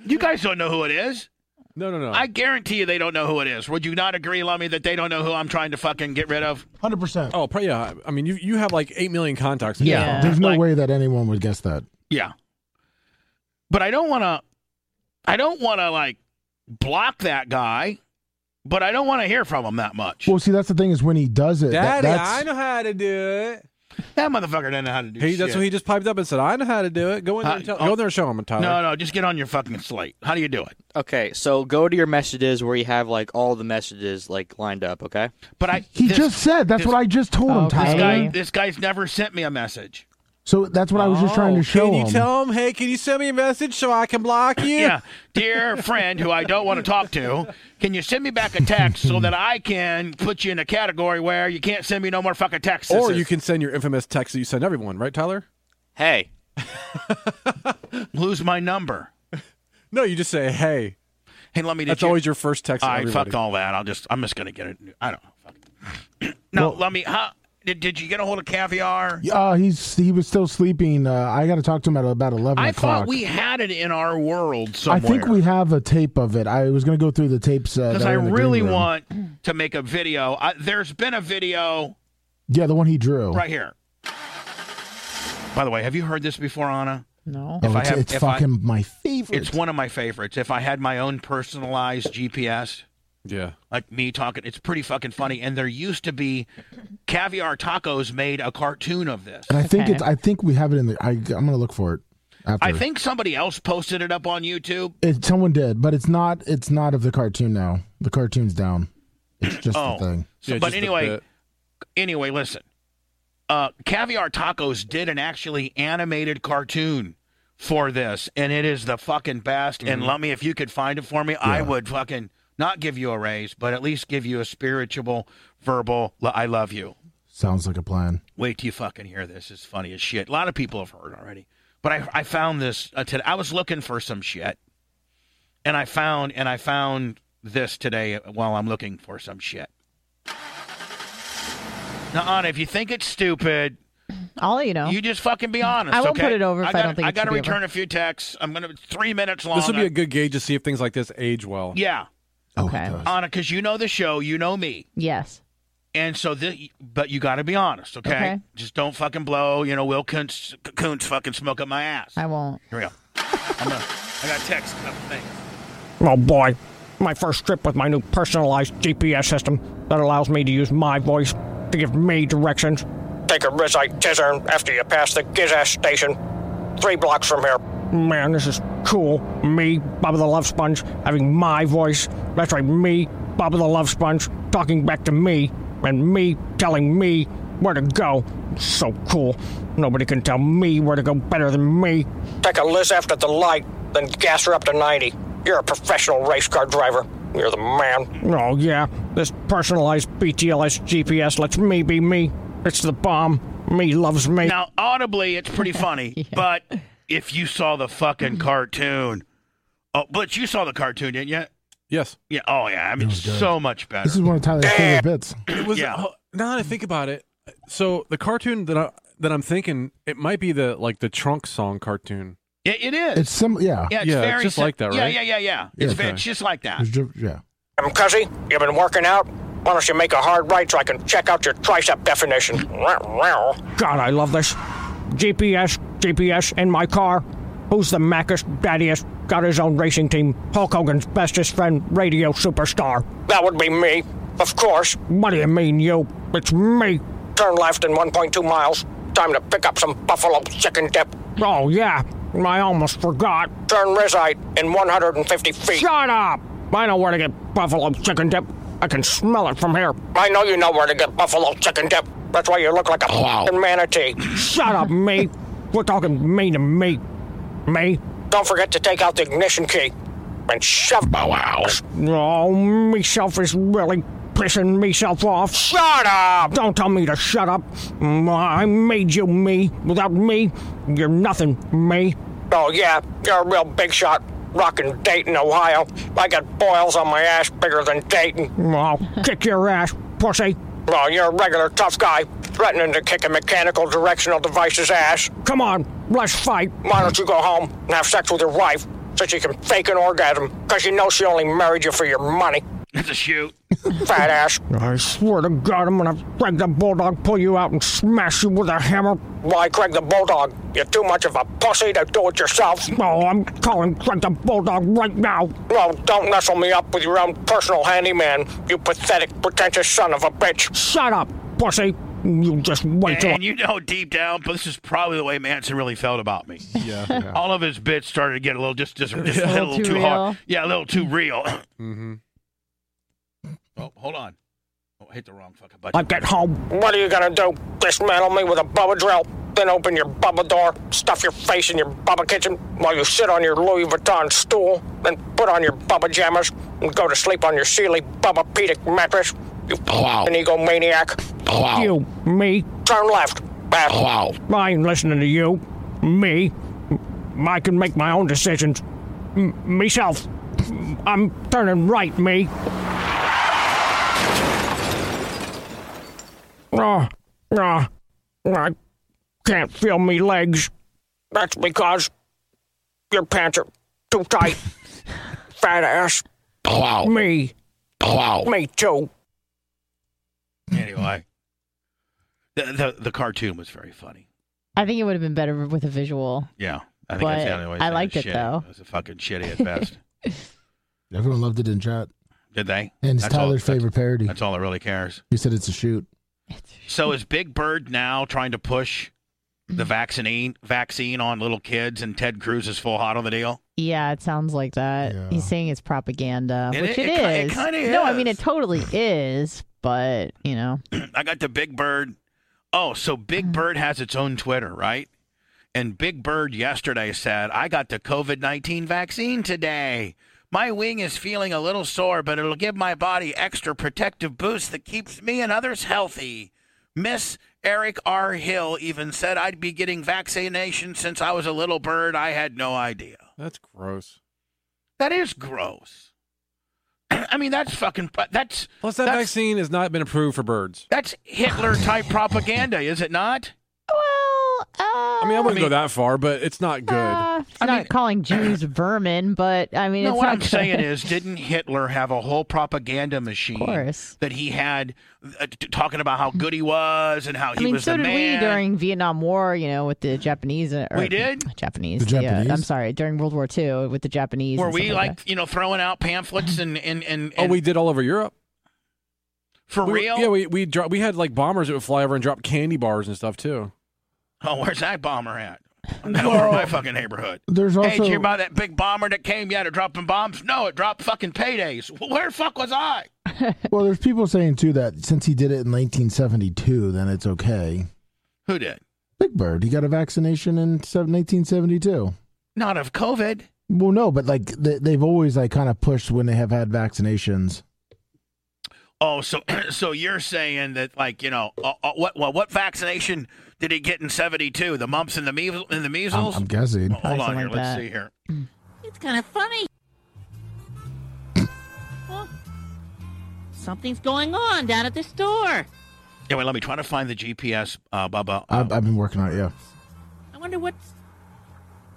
Speaker 1: You guys don't know who it is.
Speaker 2: No, no, no.
Speaker 1: I guarantee you they don't know who it is. Would you not agree, Lummy, that they don't know who I'm trying to fucking get rid of?
Speaker 4: Hundred percent.
Speaker 2: oh, probably, yeah. I mean, you you have like eight million contacts. in
Speaker 3: Yeah.
Speaker 2: your phone.
Speaker 4: There's no
Speaker 1: Like-
Speaker 4: way that anyone would guess that.
Speaker 1: Yeah. But I don't want to I don't want to like block that guy, but I don't want to hear from him that much.
Speaker 4: Well, see, that's the thing is when he does it. that-
Speaker 2: Daddy,
Speaker 4: that's,
Speaker 2: I know how to do it.
Speaker 1: That motherfucker doesn't know how to do
Speaker 2: He,
Speaker 1: shit.
Speaker 2: that's what he just piped up and said. I know how to do it. Uh, Go in there, and
Speaker 1: Huh?
Speaker 2: tell, go in there and show him, Tyler.
Speaker 1: uh, oh. No, no, just get on your fucking slate. How do you do it?
Speaker 5: Okay, so go to your messages where you have like all the messages like lined up. Okay.
Speaker 1: But I
Speaker 4: He
Speaker 1: this-
Speaker 4: just said that's
Speaker 1: this-
Speaker 4: what I just told him,
Speaker 3: [laughs] Okay.
Speaker 1: this
Speaker 4: Tyler.
Speaker 1: guy this guy's never sent me a message.
Speaker 4: So that's what I was just trying
Speaker 2: Oh,
Speaker 4: to show
Speaker 2: Can you
Speaker 4: him.
Speaker 2: tell him? Hey, can you send me a message so I can block you?
Speaker 1: Yeah, dear friend who I don't want to talk to, can you send me back a text so that I can put you in a category where you can't send me no more fucking texts?
Speaker 2: Or you can send your infamous text that you send everyone, right, Tyler?
Speaker 5: Hey.
Speaker 2: [laughs]
Speaker 1: lose my number.
Speaker 2: No, you just say, "Hey."
Speaker 1: Hey, let me.
Speaker 2: That's
Speaker 1: did you-
Speaker 2: always your first text. to
Speaker 1: I
Speaker 2: everybody.
Speaker 1: fucked all that. I'll just. I'm just gonna get it. I don't know. Fuck. [clears throat] no, let me. Huh? Did, did you get a hold of caviar?
Speaker 4: Uh, he's he was still sleeping. Uh, I got to talk to him at about eleven
Speaker 1: I
Speaker 4: o'clock.
Speaker 1: thought we had it in our world
Speaker 4: I
Speaker 1: somewhere.
Speaker 4: think we have a tape of it. I was gonna go through the tapes uh,
Speaker 1: Because
Speaker 4: that
Speaker 1: I
Speaker 4: are in the
Speaker 1: really
Speaker 4: green room.
Speaker 1: want to make a video. I, there's been a video
Speaker 4: Yeah, the one he drew.
Speaker 1: right here. By the way, have you heard this before, Anna?
Speaker 3: No.
Speaker 4: Oh,
Speaker 1: If I
Speaker 4: it's
Speaker 1: have-
Speaker 4: it's
Speaker 1: if I-
Speaker 4: fucking my favorite.
Speaker 1: It's one of my favorites. If I had my own personalized GPS,
Speaker 2: Yeah.
Speaker 1: like me talking, it's pretty fucking funny. And there used to be caviar tacos made a cartoon of this.
Speaker 4: and I think
Speaker 3: Okay.
Speaker 4: it's. I think we have it in the. I, I'm gonna look for it. After.
Speaker 1: I think somebody else posted it up on YouTube.
Speaker 4: it, someone did, but it's not. It's not of the cartoon now. The cartoon's down. It's just
Speaker 1: Oh.
Speaker 4: the thing.
Speaker 1: So,
Speaker 2: Yeah,
Speaker 1: but
Speaker 2: just a
Speaker 1: anyway,
Speaker 2: bit.
Speaker 1: anyway, listen. Uh, Caviar Tacos did an actually animated cartoon for this, and it is the fucking best.
Speaker 2: Mm-hmm.
Speaker 1: And let me, if you could find it for me, I would fucking not give you a raise, but at least give you a spiritual, verbal, l- I love you.
Speaker 4: Sounds like a plan.
Speaker 1: Wait till you fucking hear this. It's funny as shit. A lot of people have heard already. But I, I found this uh, today. I was looking for some shit, and I found and I found this today while I'm looking for some shit. Now, Anna, if you think it's stupid,
Speaker 3: I'll let you know.
Speaker 1: you just fucking be honest.
Speaker 3: I won't
Speaker 1: okay?
Speaker 3: put it over if I
Speaker 1: gotta-
Speaker 3: don't think
Speaker 1: I
Speaker 3: it's
Speaker 1: gotta
Speaker 3: gonna be over.
Speaker 1: return a few texts. I'm gonna three minutes long.
Speaker 2: This would be a good gauge to see if things like this age well.
Speaker 1: yeah,
Speaker 4: Oh, it
Speaker 3: Okay.
Speaker 4: does.
Speaker 1: Anna, because you know the show, you know me.
Speaker 3: yes.
Speaker 1: And so, this, but you got to be honest, okay?
Speaker 3: Okay.
Speaker 1: Just don't fucking blow. You know, Will Kuntz, Kuntz fucking smoke up my ass.
Speaker 3: I won't.
Speaker 1: Here we go. I'm gonna, I got text couple things.
Speaker 6: Oh boy, my first trip with my new personalized GPS system that allows me to use my voice to give me directions. Take a rizite tizern after you pass the Gizash station. Three blocks from here. Man, this is cool. Me, Bubba the Love Sponge, having my voice. That's right, me, Bubba the Love Sponge, talking back to me, and me telling me where to go. So cool. Nobody can tell me where to go better than me. Take a list after the light, then gas her up to 90. You're a professional race car driver. You're the man. Oh, yeah. This personalized BTLS GPS lets me be me. It's the bomb. Me loves me.
Speaker 1: Now, audibly, it's
Speaker 3: [laughs]
Speaker 1: pretty funny, but if you saw the
Speaker 3: Mm.
Speaker 1: fucking cartoon, oh, but you saw the cartoon, didn't you?
Speaker 2: Yes.
Speaker 1: Yeah. Oh, yeah. I mean, so much better.
Speaker 4: This is one of Tyler's favorite bits.
Speaker 2: It was.
Speaker 1: Yeah.
Speaker 2: oh, now that I think about it, so the cartoon that I that I'm thinking it might be the like the trunk song cartoon.
Speaker 1: It- it is.
Speaker 4: It's some. Yeah.
Speaker 1: yeah, it's
Speaker 2: yeah, it's
Speaker 1: very
Speaker 2: just
Speaker 1: sim-
Speaker 2: like that,
Speaker 1: Yeah,
Speaker 2: right?
Speaker 1: yeah, yeah, yeah. It's,
Speaker 2: okay.
Speaker 1: ve- it's just like that.
Speaker 4: It's ju- Yeah.
Speaker 6: Um, Cuzzy, you been working out? Why don't you make a hard right so I can check out your tricep definition? God, I love this. GPS, GPS in my car. Who's the mackest, daddiest, got his own racing team, Hulk Hogan's bestest friend, radio superstar? That would be me, of course. What do you mean, you? It's me. Turn left in 1.2 miles. Time to pick up some buffalo chicken dip. Oh, yeah. I almost forgot. Turn Rizite in 150 feet. Shut up! I know where to get buffalo chicken dip. I can smell it from here. I know you know where to get buffalo chicken dip. That's why you look like a fucking manatee. Shut up, me. We're talking me to me. Me. Don't forget to take out the ignition key and shove. Bow wow. Oh, myself is really pissing myself off. Shut up! Don't tell me to shut up. I made you me. Without me, you're nothing, me. Oh, yeah, you're a real big shot. Rockin' Dayton, Ohio. I got boils on my ass bigger than Dayton. I'll kick your ass, pussy. Well, you're a regular tough guy, threatening to kick a mechanical directional device's ass. Come on, let's fight. Why don't you go home and have sex with your wife so she can fake an orgasm? Because you know she only married you for your money
Speaker 1: It's a shoot.
Speaker 6: fat ass. I swear to God, I'm gonna have Craig the Bulldog pull you out and smash you with a hammer. Why, Craig the Bulldog? You're too much of a pussy to do it yourself. Oh, I'm calling Craig the Bulldog right now. No, don't nestle me up with your own personal handyman, you pathetic, pretentious son of a bitch. Shut up, pussy. You just wait till.
Speaker 1: And you know deep down, but this is probably the way Manson really felt about me.
Speaker 2: Yeah.
Speaker 1: All of his bits started to get a little just just, [laughs] just a little
Speaker 3: Too
Speaker 1: too,
Speaker 3: real.
Speaker 1: hard. Yeah, a little too
Speaker 3: [clears throat]
Speaker 1: real.
Speaker 2: Mm-hmm.
Speaker 1: oh, hold on. Oh, I hit the wrong fucking button.
Speaker 6: I get home. What are you gonna do? Dismantle me with a bubba drill? Then open your bubba door, stuff your face in your bubba kitchen while you sit on your Louis Vuitton stool, then put on your bubba jammers and go to sleep on your Sealy bubba pedic mattress? You an egomaniac. You, me. Turn left. Wow. I ain't listening to you. Me. I can make my own decisions. M- myself. I'm turning right, me. Ah, ah, I can't feel me legs. That's because your pants are too [laughs] tight. Fat ass. Wow. Me.
Speaker 1: Oh.
Speaker 6: Wow. Me too.
Speaker 1: Anyway, the, the the cartoon was very funny.
Speaker 3: I think it would have been better with a visual.
Speaker 1: Yeah, I think that's
Speaker 3: But
Speaker 1: the only way.
Speaker 3: I
Speaker 1: it's
Speaker 3: liked it,
Speaker 1: shitty.
Speaker 3: though.
Speaker 1: It was a fucking shitty at
Speaker 3: [laughs]
Speaker 1: best.
Speaker 4: Everyone loved it in chat.
Speaker 1: Did they?
Speaker 4: And it's
Speaker 1: That's all-
Speaker 4: Tyler's
Speaker 1: that's-
Speaker 4: favorite parody.
Speaker 1: That's all that really cares.
Speaker 4: He said it's a
Speaker 3: [laughs]
Speaker 4: shoot.
Speaker 1: So is Big Bird now trying to push the vaccine vaccine on little kids, and Ted Cruz is full hot on the deal?
Speaker 3: Yeah, it sounds like that.
Speaker 4: Yeah.
Speaker 3: He's saying it's propaganda,
Speaker 1: And
Speaker 3: which
Speaker 1: it- it
Speaker 3: it
Speaker 1: ki- it
Speaker 3: is.
Speaker 1: kinda
Speaker 3: no, I mean
Speaker 1: is.
Speaker 3: it totally is, but
Speaker 4: [clears throat]
Speaker 3: you know,
Speaker 1: [clears throat] I got the Big Bird. Oh, so Big Bird has its own Twitter, right? And Big Bird yesterday said, I got the COVID 19 vaccine today. My wing is feeling a little sore, but it'll give my body extra protective boost that keeps me and others healthy. Miss Eric R. Hill even said I'd be getting vaccination since I was a little bird. I had no idea.
Speaker 2: That's gross.
Speaker 1: That is gross. [clears throat] I mean, that's fucking, that's,
Speaker 2: Plus, that
Speaker 1: That's-
Speaker 2: vaccine has not been approved for birds.
Speaker 1: that's Hitler type propaganda, is it not?
Speaker 3: well, uh,
Speaker 2: I mean, I wouldn't go that far, but it's not good.
Speaker 3: uh, it's
Speaker 1: I
Speaker 3: not
Speaker 1: mean-
Speaker 3: calling Jews vermin, but I mean,
Speaker 1: No,
Speaker 3: it's
Speaker 1: what
Speaker 3: not
Speaker 1: I'm
Speaker 3: good.
Speaker 1: saying is, didn't Hitler have a whole propaganda machine?
Speaker 3: Of course.
Speaker 1: That he had uh, t- talking about how good he was and how
Speaker 3: [laughs] I
Speaker 1: he
Speaker 3: mean,
Speaker 1: was
Speaker 3: so
Speaker 1: the
Speaker 3: did
Speaker 1: man.
Speaker 3: we during Vietnam War, you know, with the Japanese. uh, Or,
Speaker 1: We did?
Speaker 3: Japanese.
Speaker 4: The
Speaker 3: Yeah, I'm
Speaker 4: Japanese?
Speaker 3: sorry, during World War II with the Japanese.
Speaker 1: Were
Speaker 3: and
Speaker 1: we
Speaker 3: stuff
Speaker 1: like,
Speaker 3: like
Speaker 1: you know throwing out pamphlets and and and,
Speaker 2: Oh,
Speaker 1: and
Speaker 2: we did all over Europe.
Speaker 1: for
Speaker 2: We-
Speaker 1: real?
Speaker 2: Yeah, we we dro- we had like bombers that would fly over and drop candy bars and stuff too.
Speaker 1: [laughs] oh, where's that bomber at? Not over in my fucking neighborhood.
Speaker 4: There's
Speaker 1: hey, did you
Speaker 4: also
Speaker 1: hear about that big bomber that came? Yeah, to dropping bombs. No, it dropped fucking paydays. Wh- Where the fuck was I?
Speaker 4: well, there's people saying too that since he did it in 1972, then it's okay.
Speaker 1: Who did?
Speaker 4: Big Bird, he got a vaccination in sev- 1972.
Speaker 1: Not of COVID.
Speaker 4: Well, no, but like they, they've always like kind of pushed when they have had vaccinations.
Speaker 1: Oh, so [clears throat] so you're saying that like you know uh, uh, what well, what vaccination did he get in '72? The mumps and the measles and the
Speaker 4: I'm,
Speaker 1: measles.
Speaker 4: I'm guessing.
Speaker 1: Hold on
Speaker 3: Something
Speaker 1: here.
Speaker 3: like
Speaker 1: Let's
Speaker 3: that.
Speaker 1: see here.
Speaker 7: It's kind of funny. Huh? Something's going on down at the store.
Speaker 1: Yeah, wait. Let me try to find the GPS, uh, Bubba.
Speaker 4: I've, I've been working on it. Yeah,
Speaker 7: I wonder what's.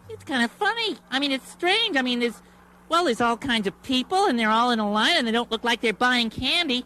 Speaker 7: It's kind of funny. I mean, it's strange. I mean, there's. Well, there's all kinds of people, and they're all in a line, and they don't look like they're buying candy.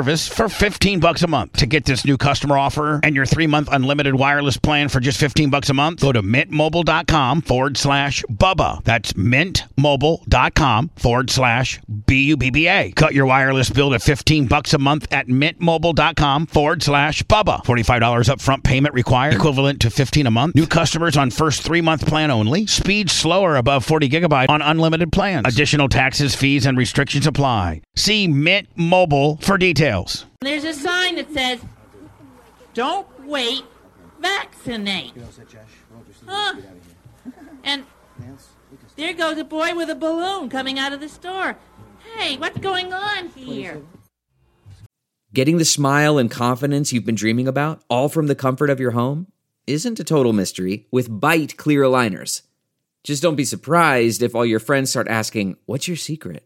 Speaker 1: for 15 bucks a month. To get this new customer offer and your 3-month unlimited wireless plan for just 15 bucks a month, go to mintmobile.com forward slash Bubba. That's mintmobile.com forward slash B-U-B-B-A. Cut your wireless bill to 15 bucks a month at mintmobile.com forward slash Bubba. $45 upfront payment required, equivalent to 15 a month. New customers on first three-month plan only. Speed slower above 40 gigabyte on unlimited plans. Additional taxes, fees, and restrictions apply. See Mint Mobile for details.
Speaker 7: There's a sign that says, Don't wait, vaccinate. Huh. And there goes a boy with a balloon coming out of the store. Hey, what's going on here?
Speaker 8: Getting the smile and confidence you've been dreaming about, all from the comfort of your home, isn't a total mystery with bite clear aligners. Just don't be surprised if all your friends start asking, What's your secret?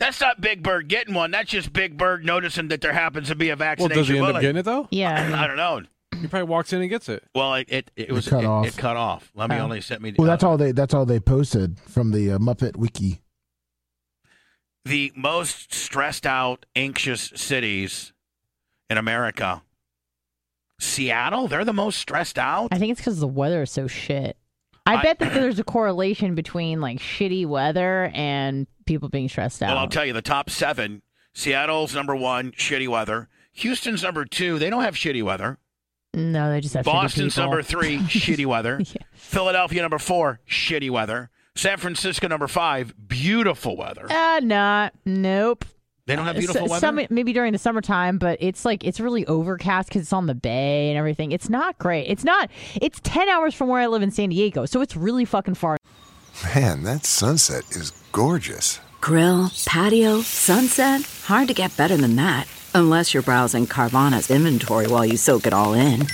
Speaker 1: That's not Big Bird getting one. That's just Big Bird noticing that there happens to be a
Speaker 2: Well,
Speaker 1: vaccination.
Speaker 2: does he end up
Speaker 1: bullet.
Speaker 2: getting it though?
Speaker 3: Yeah. I mean,
Speaker 1: I don't know.
Speaker 2: He probably walks in and gets it.
Speaker 1: Well, it it, it was
Speaker 4: cut
Speaker 1: it,
Speaker 4: off.
Speaker 1: it cut off. Let me
Speaker 3: Oh.
Speaker 1: only sent me.
Speaker 4: Well, that's all they that's all they posted from the uh, Muppet Wiki.
Speaker 1: the most stressed out, anxious cities in America. Seattle, they're the most stressed out.
Speaker 3: I think it's because the weather is so shit. I,
Speaker 1: I-
Speaker 3: bet that there's a correlation between like shitty weather and people being stressed out.
Speaker 1: Well, I'll tell you, the top seven: Seattle's number one, shitty weather. Houston's number two. They don't have shitty weather.
Speaker 3: no, they just have shitty
Speaker 1: Boston's
Speaker 3: people.
Speaker 1: number
Speaker 3: [laughs]
Speaker 1: three, shitty weather.
Speaker 3: Yeah.
Speaker 1: Philadelphia number four, shitty weather. San Francisco number five, beautiful weather.
Speaker 3: Uh, not. Nope.
Speaker 1: They don't have beautiful
Speaker 3: S-
Speaker 1: weather.
Speaker 3: Some maybe during the summertime, but it's like it's really overcast because it's on the bay and everything. It's not great. It's not. It's ten hours from where I live in San Diego, so it's really fucking far.
Speaker 9: Man, that sunset is gorgeous. [laughs]
Speaker 10: Grill, patio, sunset. Hard to get better than that. Unless you're browsing Carvana's inventory while you soak it all in.
Speaker 9: [laughs]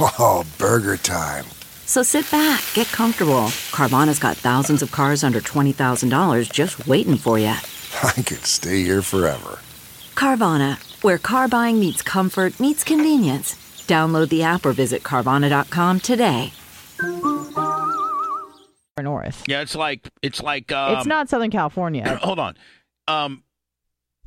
Speaker 9: Oh, burger time.
Speaker 10: So sit back, get comfortable. Carvana's got thousands of cars under $20,000 just waiting for you.
Speaker 9: I could stay here forever.
Speaker 10: Carvana, where car buying meets comfort, meets convenience. Download the app or visit Carvana.com today.
Speaker 3: north.
Speaker 1: yeah, it's like it's like um,
Speaker 3: it's not Southern California.
Speaker 1: [clears throat] hold on. Um,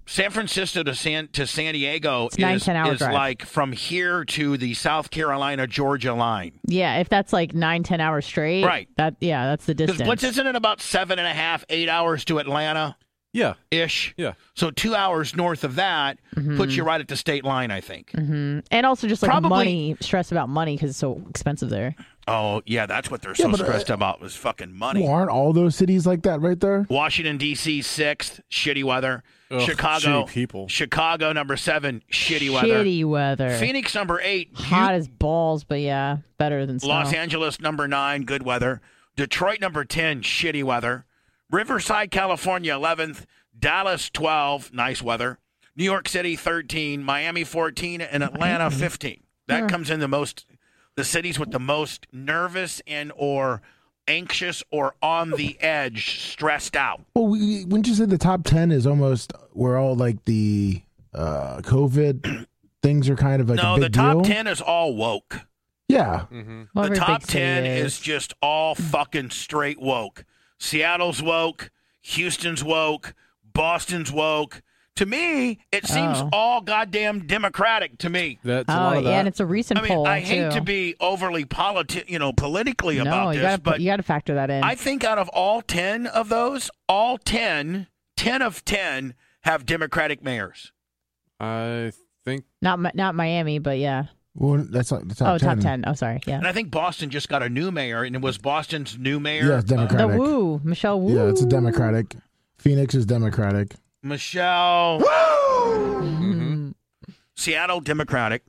Speaker 1: San Francisco to San to San Diego
Speaker 3: It's nine,
Speaker 1: is,
Speaker 3: 10 hour
Speaker 1: is
Speaker 3: drive.
Speaker 1: like from here to the South Carolina Georgia line.
Speaker 3: yeah, if that's like nine, ten hours straight,
Speaker 1: Right.
Speaker 3: That yeah, that's the
Speaker 1: Because
Speaker 3: distance.
Speaker 1: what's isn't it about seven and a half, eight hours to Atlanta
Speaker 2: Yeah.
Speaker 1: ish?
Speaker 2: Yeah.
Speaker 1: So two hours north of that
Speaker 3: Mm-hmm.
Speaker 1: puts you right at the state line, I think.
Speaker 3: Mhm. And also just like
Speaker 1: Probably-
Speaker 3: money, stress about money because it's so expensive there.
Speaker 1: Oh yeah, that's what they're
Speaker 4: Yeah,
Speaker 1: so
Speaker 4: but, uh,
Speaker 1: stressed about was fucking money.
Speaker 4: Well, aren't all those cities like that right there?
Speaker 1: Washington D.C. sixth, shitty weather.
Speaker 2: Ugh,
Speaker 1: Chicago,
Speaker 2: shitty people.
Speaker 1: Chicago number seven, shitty weather.
Speaker 3: Shitty weather.
Speaker 1: Phoenix number eight, beau-
Speaker 3: Hot as balls, but yeah, better than snow.
Speaker 1: Los Angeles number nine, good weather. Detroit number ten, shitty weather. Riverside, California, eleventh. Dallas, twelve, nice weather. New York City, thirteen. Miami, fourteen, and Atlanta, fifteen. That comes in the most, the cities with the most nervous and or anxious or on the edge, stressed out.
Speaker 4: Well, we, wouldn't you say the top ten is almost we're all like the uh, COVID things are kind of like
Speaker 1: no,
Speaker 4: a big
Speaker 1: the top
Speaker 4: deal.
Speaker 1: ten is all woke.
Speaker 4: Yeah,
Speaker 3: Well,
Speaker 1: Mm-hmm. the
Speaker 3: every
Speaker 1: top
Speaker 3: big city
Speaker 1: 10
Speaker 3: is.
Speaker 1: is just all fucking straight woke. Seattle's woke, Houston's woke, Boston's woke. To me, it seems
Speaker 3: Oh.
Speaker 1: all goddamn democratic to me.
Speaker 2: That's
Speaker 3: oh
Speaker 2: a lot of that.
Speaker 3: yeah, and it's a recent
Speaker 1: I mean,
Speaker 3: poll.
Speaker 1: I hate
Speaker 3: too.
Speaker 1: to be overly politi- you know, politically
Speaker 3: no,
Speaker 1: about
Speaker 3: you
Speaker 1: this,
Speaker 3: gotta,
Speaker 1: but
Speaker 3: you gotta factor that in.
Speaker 1: I think out of all 10 of those, all 10, 10 of 10 have democratic mayors.
Speaker 2: I think
Speaker 3: not Mi- not Miami, but yeah.
Speaker 4: well, that's not the top
Speaker 3: oh, top ten. Oh, sorry. Yeah.
Speaker 1: And I think Boston just got a new mayor and it was Boston's new mayor.
Speaker 4: Yeah, it's Democrat.
Speaker 1: uh,
Speaker 3: The
Speaker 4: Democratic.
Speaker 3: Woo, Michelle Woo.
Speaker 4: Yeah, it's a Democratic. Phoenix is Democratic.
Speaker 1: Michelle Mm-hmm.
Speaker 2: mhm.
Speaker 1: Seattle Democratic,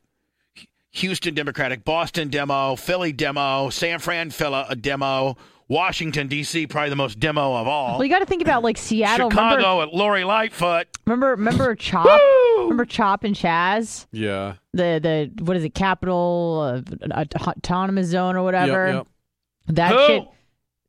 Speaker 1: Houston Democratic, Boston Demo, Philly Demo, San Fran Phila a Demo, Washington D.C. probably the most demo of all.
Speaker 3: Well, you got to think about like Seattle.
Speaker 1: Chicago at Lori Lightfoot.
Speaker 3: Remember, remember, remember Chop, remember Chop and Chaz,
Speaker 2: yeah.
Speaker 3: the the what is it, Capital uh, Autonomous Zone or whatever.
Speaker 2: Yep, yep.
Speaker 3: That
Speaker 1: Who?
Speaker 3: shit,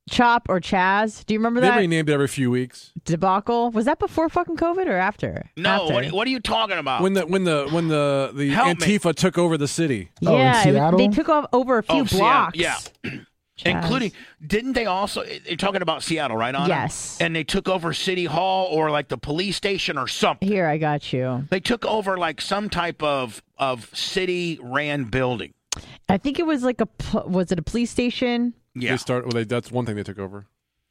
Speaker 3: Chop or Chaz. Do you remember
Speaker 2: They
Speaker 3: that
Speaker 2: renamed it every few weeks.
Speaker 3: debacle? Was that before fucking COVID or after?
Speaker 1: No,
Speaker 3: after.
Speaker 1: what, what are you talking about?
Speaker 2: When the when the when the the
Speaker 1: Help me.
Speaker 2: Antifa took over the city.
Speaker 4: Oh, in
Speaker 3: yeah, it was-
Speaker 4: Seattle?
Speaker 3: they took off over a few
Speaker 1: Oh, Seattle,
Speaker 3: blocks.
Speaker 1: yeah.
Speaker 3: [clears throat] Chaz.
Speaker 1: Including, didn't they also? You're talking about Seattle, right? Anna?
Speaker 3: Yes.
Speaker 1: And they took over City Hall or like the police station or something.
Speaker 3: Here, I got you.
Speaker 1: They took over like some type of of city ran building.
Speaker 3: I think it was like a pl- was it a police station?
Speaker 2: Yeah. They start. Well, they, that's one thing they took over.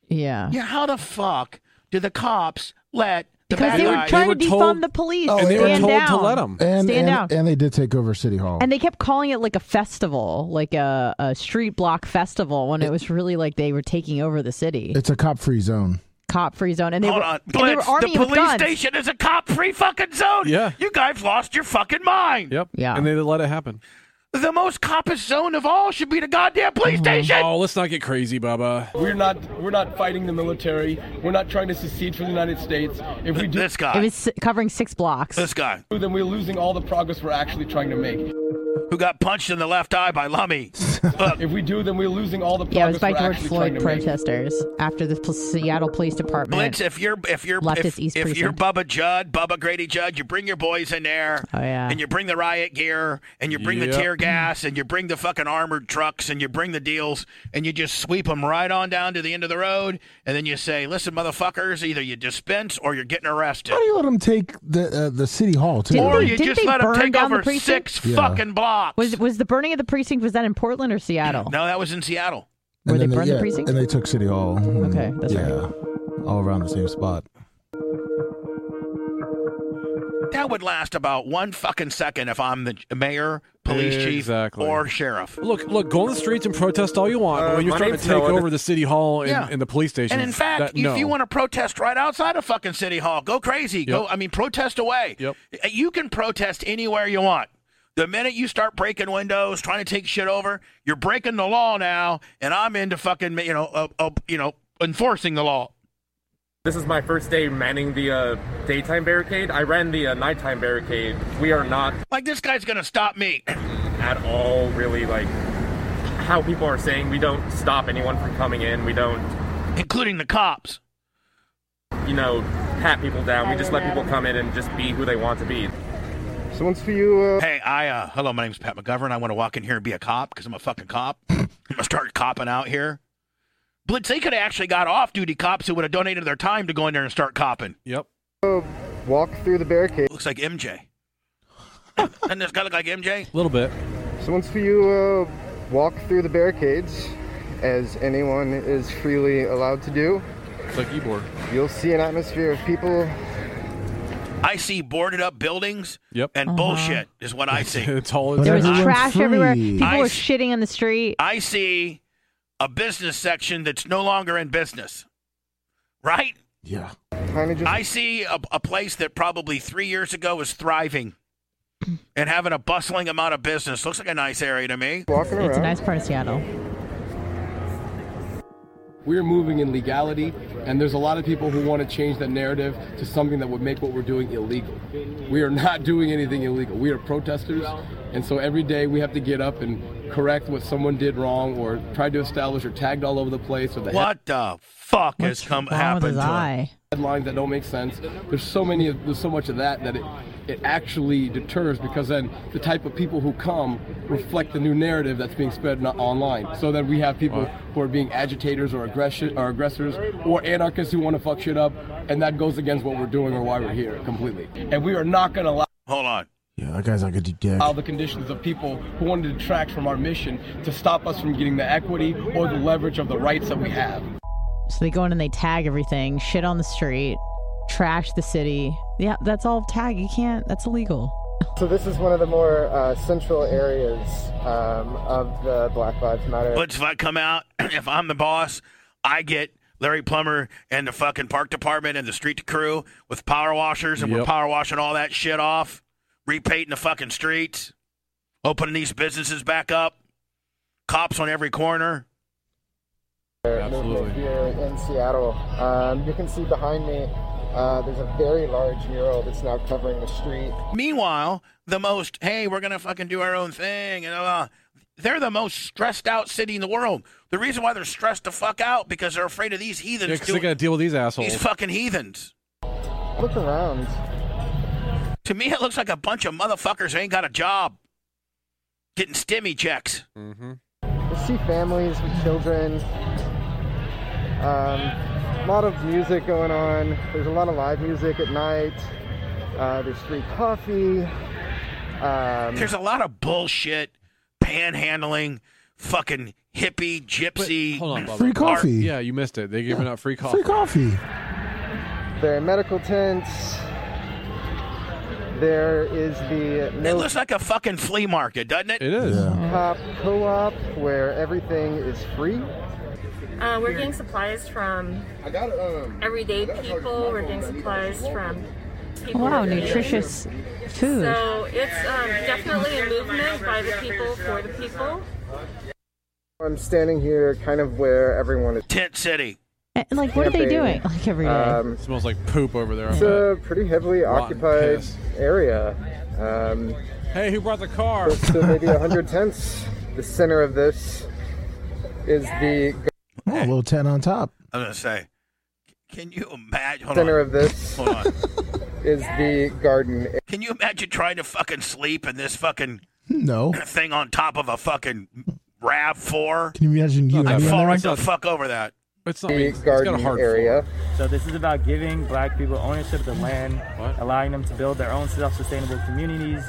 Speaker 3: Yeah.
Speaker 1: Yeah, how the fuck do the cops let the
Speaker 3: Because
Speaker 1: bad
Speaker 3: they were
Speaker 1: guys-
Speaker 3: trying They to were defund told- the police.
Speaker 1: Oh,
Speaker 3: And they were Stand told to down. let 'em.
Speaker 4: And,
Speaker 3: Stand
Speaker 4: and,
Speaker 3: down.
Speaker 4: and they did take over City Hall.
Speaker 3: And they kept calling it like a festival, like a, a street block festival, when it was really like they were taking over the city,
Speaker 4: It's a cop free zone.
Speaker 3: cop free zone, and they
Speaker 1: Hold
Speaker 3: were
Speaker 1: on,
Speaker 3: and they were
Speaker 1: Blitz,
Speaker 3: arming
Speaker 1: the
Speaker 3: you with
Speaker 1: police
Speaker 3: guns.
Speaker 1: station is a cop-free fucking zone.
Speaker 2: Yeah.
Speaker 1: you guys lost your fucking mind.
Speaker 2: Yep.
Speaker 3: Yeah.
Speaker 2: And they let it happen.
Speaker 1: The most coppest zone of all should be the goddamn
Speaker 3: Mm-hmm.
Speaker 1: police station.
Speaker 2: Oh, let's not get crazy, Baba.
Speaker 11: We're not we're not fighting the military. We're not trying to secede from the United States. If we do
Speaker 1: This
Speaker 3: It
Speaker 1: guy,
Speaker 3: was s- covering six blocks.
Speaker 1: this guy
Speaker 11: then we're losing all the progress we're actually trying to make.
Speaker 1: who got punched in the left eye by Lummy. Look,
Speaker 11: [laughs] If we do, then we're losing all the progress
Speaker 3: yeah, it was by
Speaker 11: we're
Speaker 3: George
Speaker 11: actually
Speaker 3: Floyd
Speaker 11: trying to make.
Speaker 3: protesters after the pl- Seattle Police Department.
Speaker 1: Blitz, if you're if you're
Speaker 3: Left
Speaker 1: if,
Speaker 3: is East
Speaker 1: if you're
Speaker 3: Precinct.
Speaker 1: Bubba Judd, Bubba Grady Judd, you bring your boys in there.
Speaker 3: Oh, yeah.
Speaker 1: And you bring the riot gear, and you bring the
Speaker 2: Yep.
Speaker 1: tear gas, and you bring the fucking armored trucks, and you bring the deals, and you just sweep them right on down to the end of the road, and then you say, "Listen, motherfuckers, either you dispense or you're getting arrested."
Speaker 4: How do you let them take the uh, the City Hall too?
Speaker 3: Didn't
Speaker 1: Or
Speaker 3: they-
Speaker 1: you just
Speaker 3: they
Speaker 1: let them
Speaker 3: burn
Speaker 1: take
Speaker 3: down the
Speaker 1: over
Speaker 3: precinct?
Speaker 1: six
Speaker 4: Yeah.
Speaker 1: fucking blocks.
Speaker 3: Was was the burning of the precinct? Was that in Portland or Seattle?
Speaker 1: no, that was in Seattle.
Speaker 4: And
Speaker 3: Where they
Speaker 4: then
Speaker 3: burned the
Speaker 4: yeah,
Speaker 3: precinct?
Speaker 4: And they took City Hall. and-
Speaker 3: Okay, that's
Speaker 4: yeah,
Speaker 3: right.
Speaker 4: all around the same spot.
Speaker 1: That would last about one fucking second if I'm the mayor, police
Speaker 2: Exactly.
Speaker 1: chief, or sheriff.
Speaker 2: Look, look, go on the streets and protest all you want, but
Speaker 11: Uh,
Speaker 2: when you
Speaker 11: my
Speaker 2: start to
Speaker 11: name's
Speaker 2: take
Speaker 11: Howard.
Speaker 2: over the city hall and,
Speaker 1: Yeah.
Speaker 2: and the police station,
Speaker 1: And in fact,
Speaker 2: that,
Speaker 1: if
Speaker 2: no.
Speaker 1: you want to protest right outside of fucking City Hall, go crazy. Go, I mean, protest away. Uh,
Speaker 2: Yep.
Speaker 1: You can protest anywhere you want. The minute you start breaking windows, trying to take shit over, you're breaking the law now, and I'm into fucking, you know, uh, uh, you know, enforcing the law.
Speaker 12: This is my first day manning the uh, daytime barricade. I ran the uh, nighttime barricade. We are not
Speaker 1: Like this guy's gonna stop me.
Speaker 12: at all really like how people are saying we don't stop anyone from coming in. We don't,
Speaker 1: including the cops.
Speaker 12: you know, pat people down. We just let people come in and just be who they want to be.
Speaker 1: Hey, I uh, hello, my name's Pat McGovern. I want to walk in here and be a cop because I'm a fucking cop. I'm gonna start copping out here. Blitz, they could have actually got off-duty cops who would have donated their time to go in there and start copping.
Speaker 2: Yep.
Speaker 13: Walk through the barricade.
Speaker 1: Looks like MJ. and this guy look like MJ.
Speaker 2: A little bit.
Speaker 13: So once you uh, walk through the barricades, as anyone is freely allowed to do,
Speaker 2: It's like Ebor.
Speaker 13: you'll see an atmosphere of people.
Speaker 1: I see boarded up buildings
Speaker 2: Yep.
Speaker 1: and bullshit is what I see.
Speaker 2: it's all
Speaker 4: But
Speaker 3: Uh-huh. There was
Speaker 4: everyone's
Speaker 3: trash
Speaker 4: free.
Speaker 3: everywhere. People
Speaker 1: I
Speaker 3: were
Speaker 1: s-
Speaker 3: shitting on the street.
Speaker 1: I see a business section that's no longer in business. Right?
Speaker 4: Yeah.
Speaker 13: Kind of just
Speaker 1: I see a, a place that probably three years ago was thriving and having a bustling amount of business. Looks like a nice area to me.
Speaker 13: walking around.
Speaker 3: It's a nice part of Seattle.
Speaker 11: We're moving in legality, and there's a lot of people who want to change that narrative to something that would make what we're doing illegal. We are not [laughs] doing anything illegal. We are protesters, and so every day we have to get up and correct what someone did wrong or tried to establish or tagged all over the place or the
Speaker 1: What the fuck has
Speaker 3: What's
Speaker 1: come
Speaker 3: wrong with
Speaker 1: happened
Speaker 3: his
Speaker 1: to him?
Speaker 3: eye?
Speaker 11: headlines that don't make sense. There's so many, of, there's so much of that that it, it actually deters because then the type of people who come reflect the new narrative that's being spread no- online. So then we have people who are being agitators or aggression or aggressors or anarchists who want to fuck shit up, and that goes against what we're doing or why we're here completely. And we are not going to allow
Speaker 1: Hold on. Uh,
Speaker 4: Yeah, that guy's like a dick.
Speaker 11: allow the conditions of people who want to detract from our mission to stop us from getting the equity or the leverage of the rights that we have.
Speaker 3: So they go in and they tag everything, shit on the street, trash the city. Yeah, that's all tag. You can't. That's illegal.
Speaker 13: So this is one of the more uh, central areas um, of the Black Lives Matter.
Speaker 1: But if I come out, [clears throat] if I'm the boss, I get Larry Plummer and the fucking park department and the street crew with power washers, and we're
Speaker 2: Yep.
Speaker 1: power washing all that shit off, repainting the fucking streets, opening these businesses back up, cops on every corner.
Speaker 13: movement here in Seattle. Um, you can see behind me, uh, there's a very large mural that's now covering the street.
Speaker 1: Meanwhile, the most hey, we're gonna fucking do our own thing, and uh, they're the most stressed out city in the world. The reason why they're stressed the fuck out because they're afraid of these
Speaker 2: Yeah,
Speaker 1: heathens.
Speaker 2: 'cause they
Speaker 1: doing-
Speaker 2: got to deal with these assholes.
Speaker 1: these fucking heathens.
Speaker 13: Look around.
Speaker 1: To me, it looks like a bunch of motherfuckers who ain't got a job, getting stimmy checks.
Speaker 2: mm-hmm.
Speaker 13: You see families with children. Um, a lot of music going on. There's a lot of live music at night. Uh, there's free coffee. Um,
Speaker 1: There's a lot of bullshit, panhandling, fucking hippie, gypsy,
Speaker 2: Hold on, Bubba.
Speaker 4: Free coffee.
Speaker 2: Yeah, you missed it. They giving out free coffee.
Speaker 4: Free coffee.
Speaker 13: There are medical tents. There is the
Speaker 1: It
Speaker 13: no
Speaker 1: looks like a fucking flea market, doesn't it? It
Speaker 2: is.
Speaker 13: cop co-op where everything is free.
Speaker 14: Uh, we're getting supplies from everyday people. We're getting supplies from people.
Speaker 3: Wow,
Speaker 14: with
Speaker 3: nutritious
Speaker 14: disabilities.
Speaker 3: food.
Speaker 14: So it's um, definitely a movement by the people for the people.
Speaker 13: I'm standing here, kind of where everyone is.
Speaker 1: Tent City.
Speaker 3: Eh, Like, what are they doing? [laughs]
Speaker 13: Camping.
Speaker 3: Like every day.
Speaker 13: Um,
Speaker 2: Smells like poop over there. I
Speaker 13: It's
Speaker 2: bet.
Speaker 13: a pretty heavily
Speaker 2: Rotten
Speaker 13: occupied
Speaker 2: piss.
Speaker 13: area. Um,
Speaker 2: hey, who brought the car?
Speaker 13: So
Speaker 1: [laughs]
Speaker 13: maybe 100 tents. The center of this is the
Speaker 4: Oh, a little tent on top.
Speaker 1: I was gonna say, can you imagine? Hold
Speaker 13: center
Speaker 1: on.
Speaker 13: of this
Speaker 1: Hold on.
Speaker 13: [laughs] is the garden.
Speaker 1: Can you imagine trying to fucking sleep in this fucking
Speaker 4: No.
Speaker 1: thing on top of a fucking Rav Four?
Speaker 4: Can you imagine you?
Speaker 1: I'd
Speaker 4: and me
Speaker 1: fall
Speaker 4: in
Speaker 1: right
Speaker 4: there?
Speaker 1: the fuck over that.
Speaker 2: It's
Speaker 1: not- I mean, it's got a
Speaker 15: garden
Speaker 1: hard
Speaker 15: area. So this is about giving black people ownership of the land, allowing them to build their own self-sustainable communities.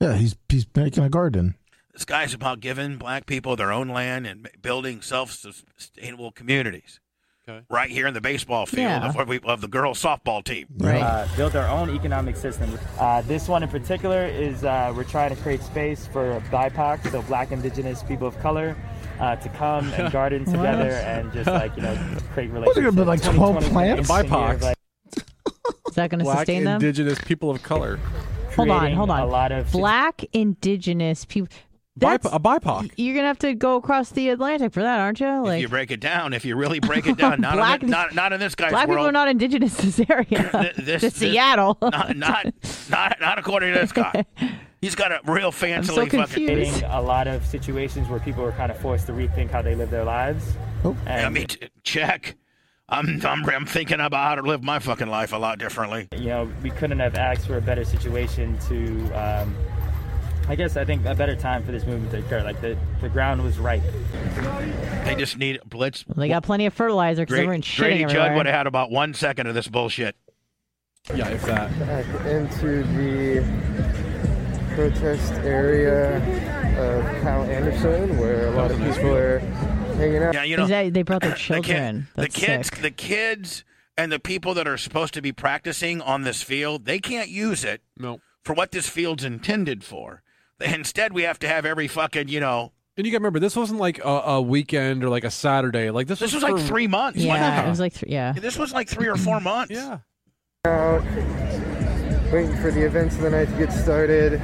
Speaker 4: Yeah, he's he's making a garden.
Speaker 1: This guy's about giving black people their own land and ma- building self-sustainable communities. Right here in the baseball field
Speaker 15: Yeah.
Speaker 1: of, where we- of the girls' softball team.
Speaker 15: Uh, build their own economic system. Uh, this one in particular is uh, we're trying to create space for BIPOC, so Black, Indigenous, people of color, uh, to come
Speaker 1: [laughs]
Speaker 15: and
Speaker 3: [laughs]
Speaker 15: garden
Speaker 4: What?
Speaker 15: together and just like you know create
Speaker 4: [laughs] What's it
Speaker 15: relationships.
Speaker 4: gonna be like 12 plants?
Speaker 15: BIPOC.
Speaker 3: Is that going to
Speaker 2: Black
Speaker 3: sustain them?
Speaker 2: indigenous people of color.
Speaker 3: hold on, hold on.
Speaker 2: A lot of
Speaker 3: black indigenous people. That's,
Speaker 2: a BIPOC.
Speaker 3: You're gonna have to go across the Atlantic for that, aren't you?
Speaker 1: If
Speaker 3: Like
Speaker 1: you break it down, if you really break it
Speaker 3: [laughs]
Speaker 1: down, not,
Speaker 3: Black-
Speaker 1: in, thi- not, not in this guy's
Speaker 3: black
Speaker 1: world.
Speaker 3: people are not indigenous to this
Speaker 1: [laughs]
Speaker 3: area,
Speaker 1: this-
Speaker 3: [laughs] to
Speaker 1: this-
Speaker 3: Seattle.
Speaker 1: [laughs] not, not, not, not according to this guy. He's got a real fancy fucking.
Speaker 15: Creating A lot of situations where people were kind of forced to rethink how they live their lives.
Speaker 4: Oh.
Speaker 1: I mean, t- check. I'm, I'm, I'm thinking about how to live my fucking life a lot differently.
Speaker 15: you know, we couldn't have asked for a better situation to, um, I guess, I think a better time for this movement to occur. Like the, the ground was ripe.
Speaker 1: They just need blitz.
Speaker 3: [laughs] they got plenty of fertilizer because
Speaker 1: Grady,
Speaker 3: everyone's shitting
Speaker 1: Grady Judd
Speaker 3: everywhere.
Speaker 1: would have had about one second of this bullshit.
Speaker 2: Yeah, if that.
Speaker 13: back into the protest area of Cal Anderson, where a lot of people are hanging out.
Speaker 1: Yeah, you know,
Speaker 3: Is that- they brought their
Speaker 1: the, kid-
Speaker 3: children.
Speaker 1: the
Speaker 3: That's
Speaker 1: kids,
Speaker 3: sick.
Speaker 1: the kids, and the people that are supposed to be practicing on this field, they can't use it for what this field's intended for. Instead, we have to have every fucking, you know,
Speaker 2: And you got to remember, this wasn't like a, a weekend or like a Saturday. Like this,
Speaker 1: This
Speaker 2: was,
Speaker 1: was like
Speaker 2: for-
Speaker 1: three months.
Speaker 3: Yeah,
Speaker 2: Yeah.
Speaker 3: it was like three, yeah.
Speaker 1: this was like three or four months.
Speaker 2: Yeah.
Speaker 13: Out, waiting for the events of the night to get started.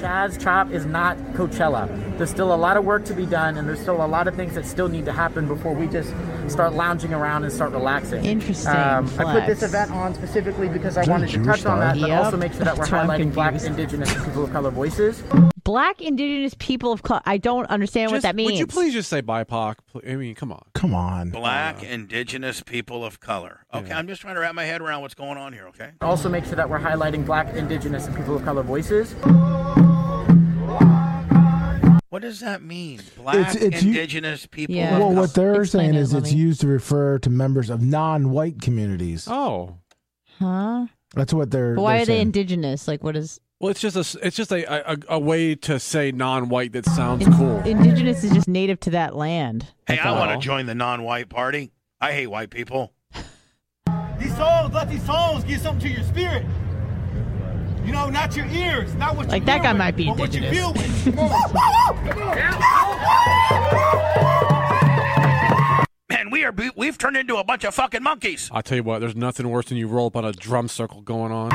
Speaker 16: Chaz Chop is not Coachella. There's still a lot of work to be done, and there's still a lot of things that still need to happen before we just start lounging around and start relaxing. Um,
Speaker 3: Interesting
Speaker 16: I put this
Speaker 3: flex.
Speaker 16: event on specifically because I
Speaker 3: Is that
Speaker 16: wanted to
Speaker 3: Jewish
Speaker 16: touch on
Speaker 3: style?
Speaker 16: that, but
Speaker 3: Yep.
Speaker 16: also make sure that we're
Speaker 3: That's why I'm
Speaker 16: highlighting black,
Speaker 3: confused.
Speaker 16: indigenous, and people of color voices.
Speaker 3: Black indigenous people of color. I don't understand what
Speaker 2: Just-
Speaker 3: that means.
Speaker 2: Would you please just say BIPOC? Pl- I mean, come on.
Speaker 4: Come
Speaker 1: [laughs]
Speaker 4: on.
Speaker 1: black indigenous people of color. Okay, I'm just trying to wrap my head around what's going on here. Okay.
Speaker 16: Also make sure that we're highlighting black, indigenous, and people of color voices.
Speaker 1: What does that mean? Black
Speaker 4: it's you-
Speaker 1: indigenous people.
Speaker 3: Yeah.
Speaker 1: of
Speaker 4: Well,
Speaker 1: color.
Speaker 4: what they're saying
Speaker 3: it,
Speaker 4: is it's
Speaker 3: Lemmy.
Speaker 4: used to refer to members of non-white communities.
Speaker 2: Oh.
Speaker 3: huh?
Speaker 4: That's what they're.
Speaker 3: But why
Speaker 4: they're
Speaker 3: are they
Speaker 4: saying.
Speaker 3: indigenous? Like, what is
Speaker 2: Well, it's just a s- it's just a a, a- a way to say non-white that sounds cool.
Speaker 3: indigenous? Is just native to that land.
Speaker 1: Hey, I
Speaker 2: all.
Speaker 1: want to join the non-white party. I hate white people.
Speaker 17: These songs, let these songs give something to your spirit. You know, not your ears, not what
Speaker 3: Like
Speaker 17: you
Speaker 3: that
Speaker 17: hear
Speaker 3: guy
Speaker 17: with,
Speaker 3: might be
Speaker 17: but what you
Speaker 3: indigenous.
Speaker 17: feel with.
Speaker 3: [laughs]
Speaker 17: Come on. Come on.
Speaker 1: Man, we are be- we've turned into a bunch of fucking monkeys.
Speaker 2: I tell you what, there's nothing worse than you roll up on a drum circle going on.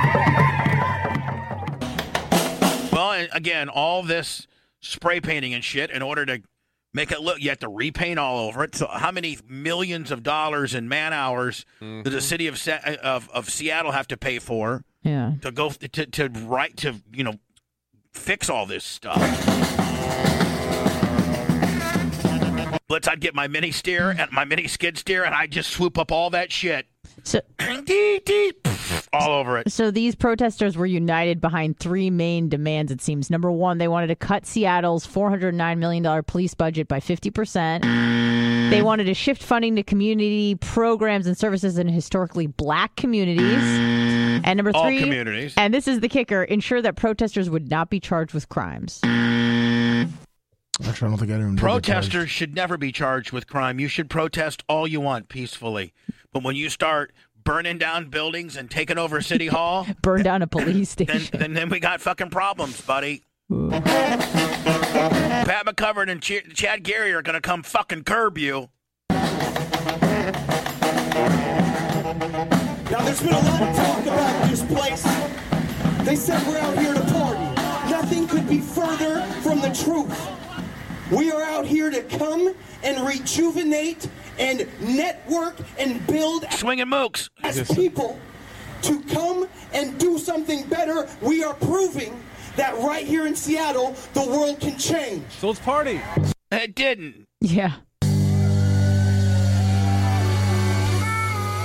Speaker 1: Well, and again, all this spray painting and shit in order to make it look. You have to repaint all over it. So, how many millions of dollars in man hours does the city of Se- of of Seattle have to pay for
Speaker 3: Yeah.
Speaker 1: to go f- to to write to you know fix all this stuff? Blitz, I'd get my mini steer and my mini skid steer, and I'd just swoop up all that shit
Speaker 3: So,
Speaker 1: [clears throat] Dee, dee, pff, all over it.
Speaker 3: so these protesters were united behind three main demands. It seems number one, they wanted to cut Seattle's 409 million dollar police budget by 50 percent. They wanted to shift funding to community programs and services in historically black communities. And number
Speaker 1: All
Speaker 3: three,
Speaker 1: communities.
Speaker 3: and this is the kicker, ensure that protesters would not be charged with crimes.
Speaker 4: Actually, I don't think I even
Speaker 1: Protesters should never be charged with crime. You should protest all you want peacefully. But when you start burning down buildings and taking over City
Speaker 3: [laughs]
Speaker 1: Hall,
Speaker 3: Burn down a police
Speaker 1: then,
Speaker 3: station.
Speaker 1: then, then we got fucking problems, buddy. Pat McCovern and Ch- Chad Gary are going to come fucking curb you.
Speaker 17: Now, there's been a lot of talk about this place. They said we're out here to party. Nothing could be further from the truth. We are out here to come and rejuvenate and network and build
Speaker 1: swinging mooks
Speaker 17: as people to come and do something better. We are proving that right here in Seattle, the world can change.
Speaker 2: So let's party.
Speaker 1: It didn't.
Speaker 3: Yeah.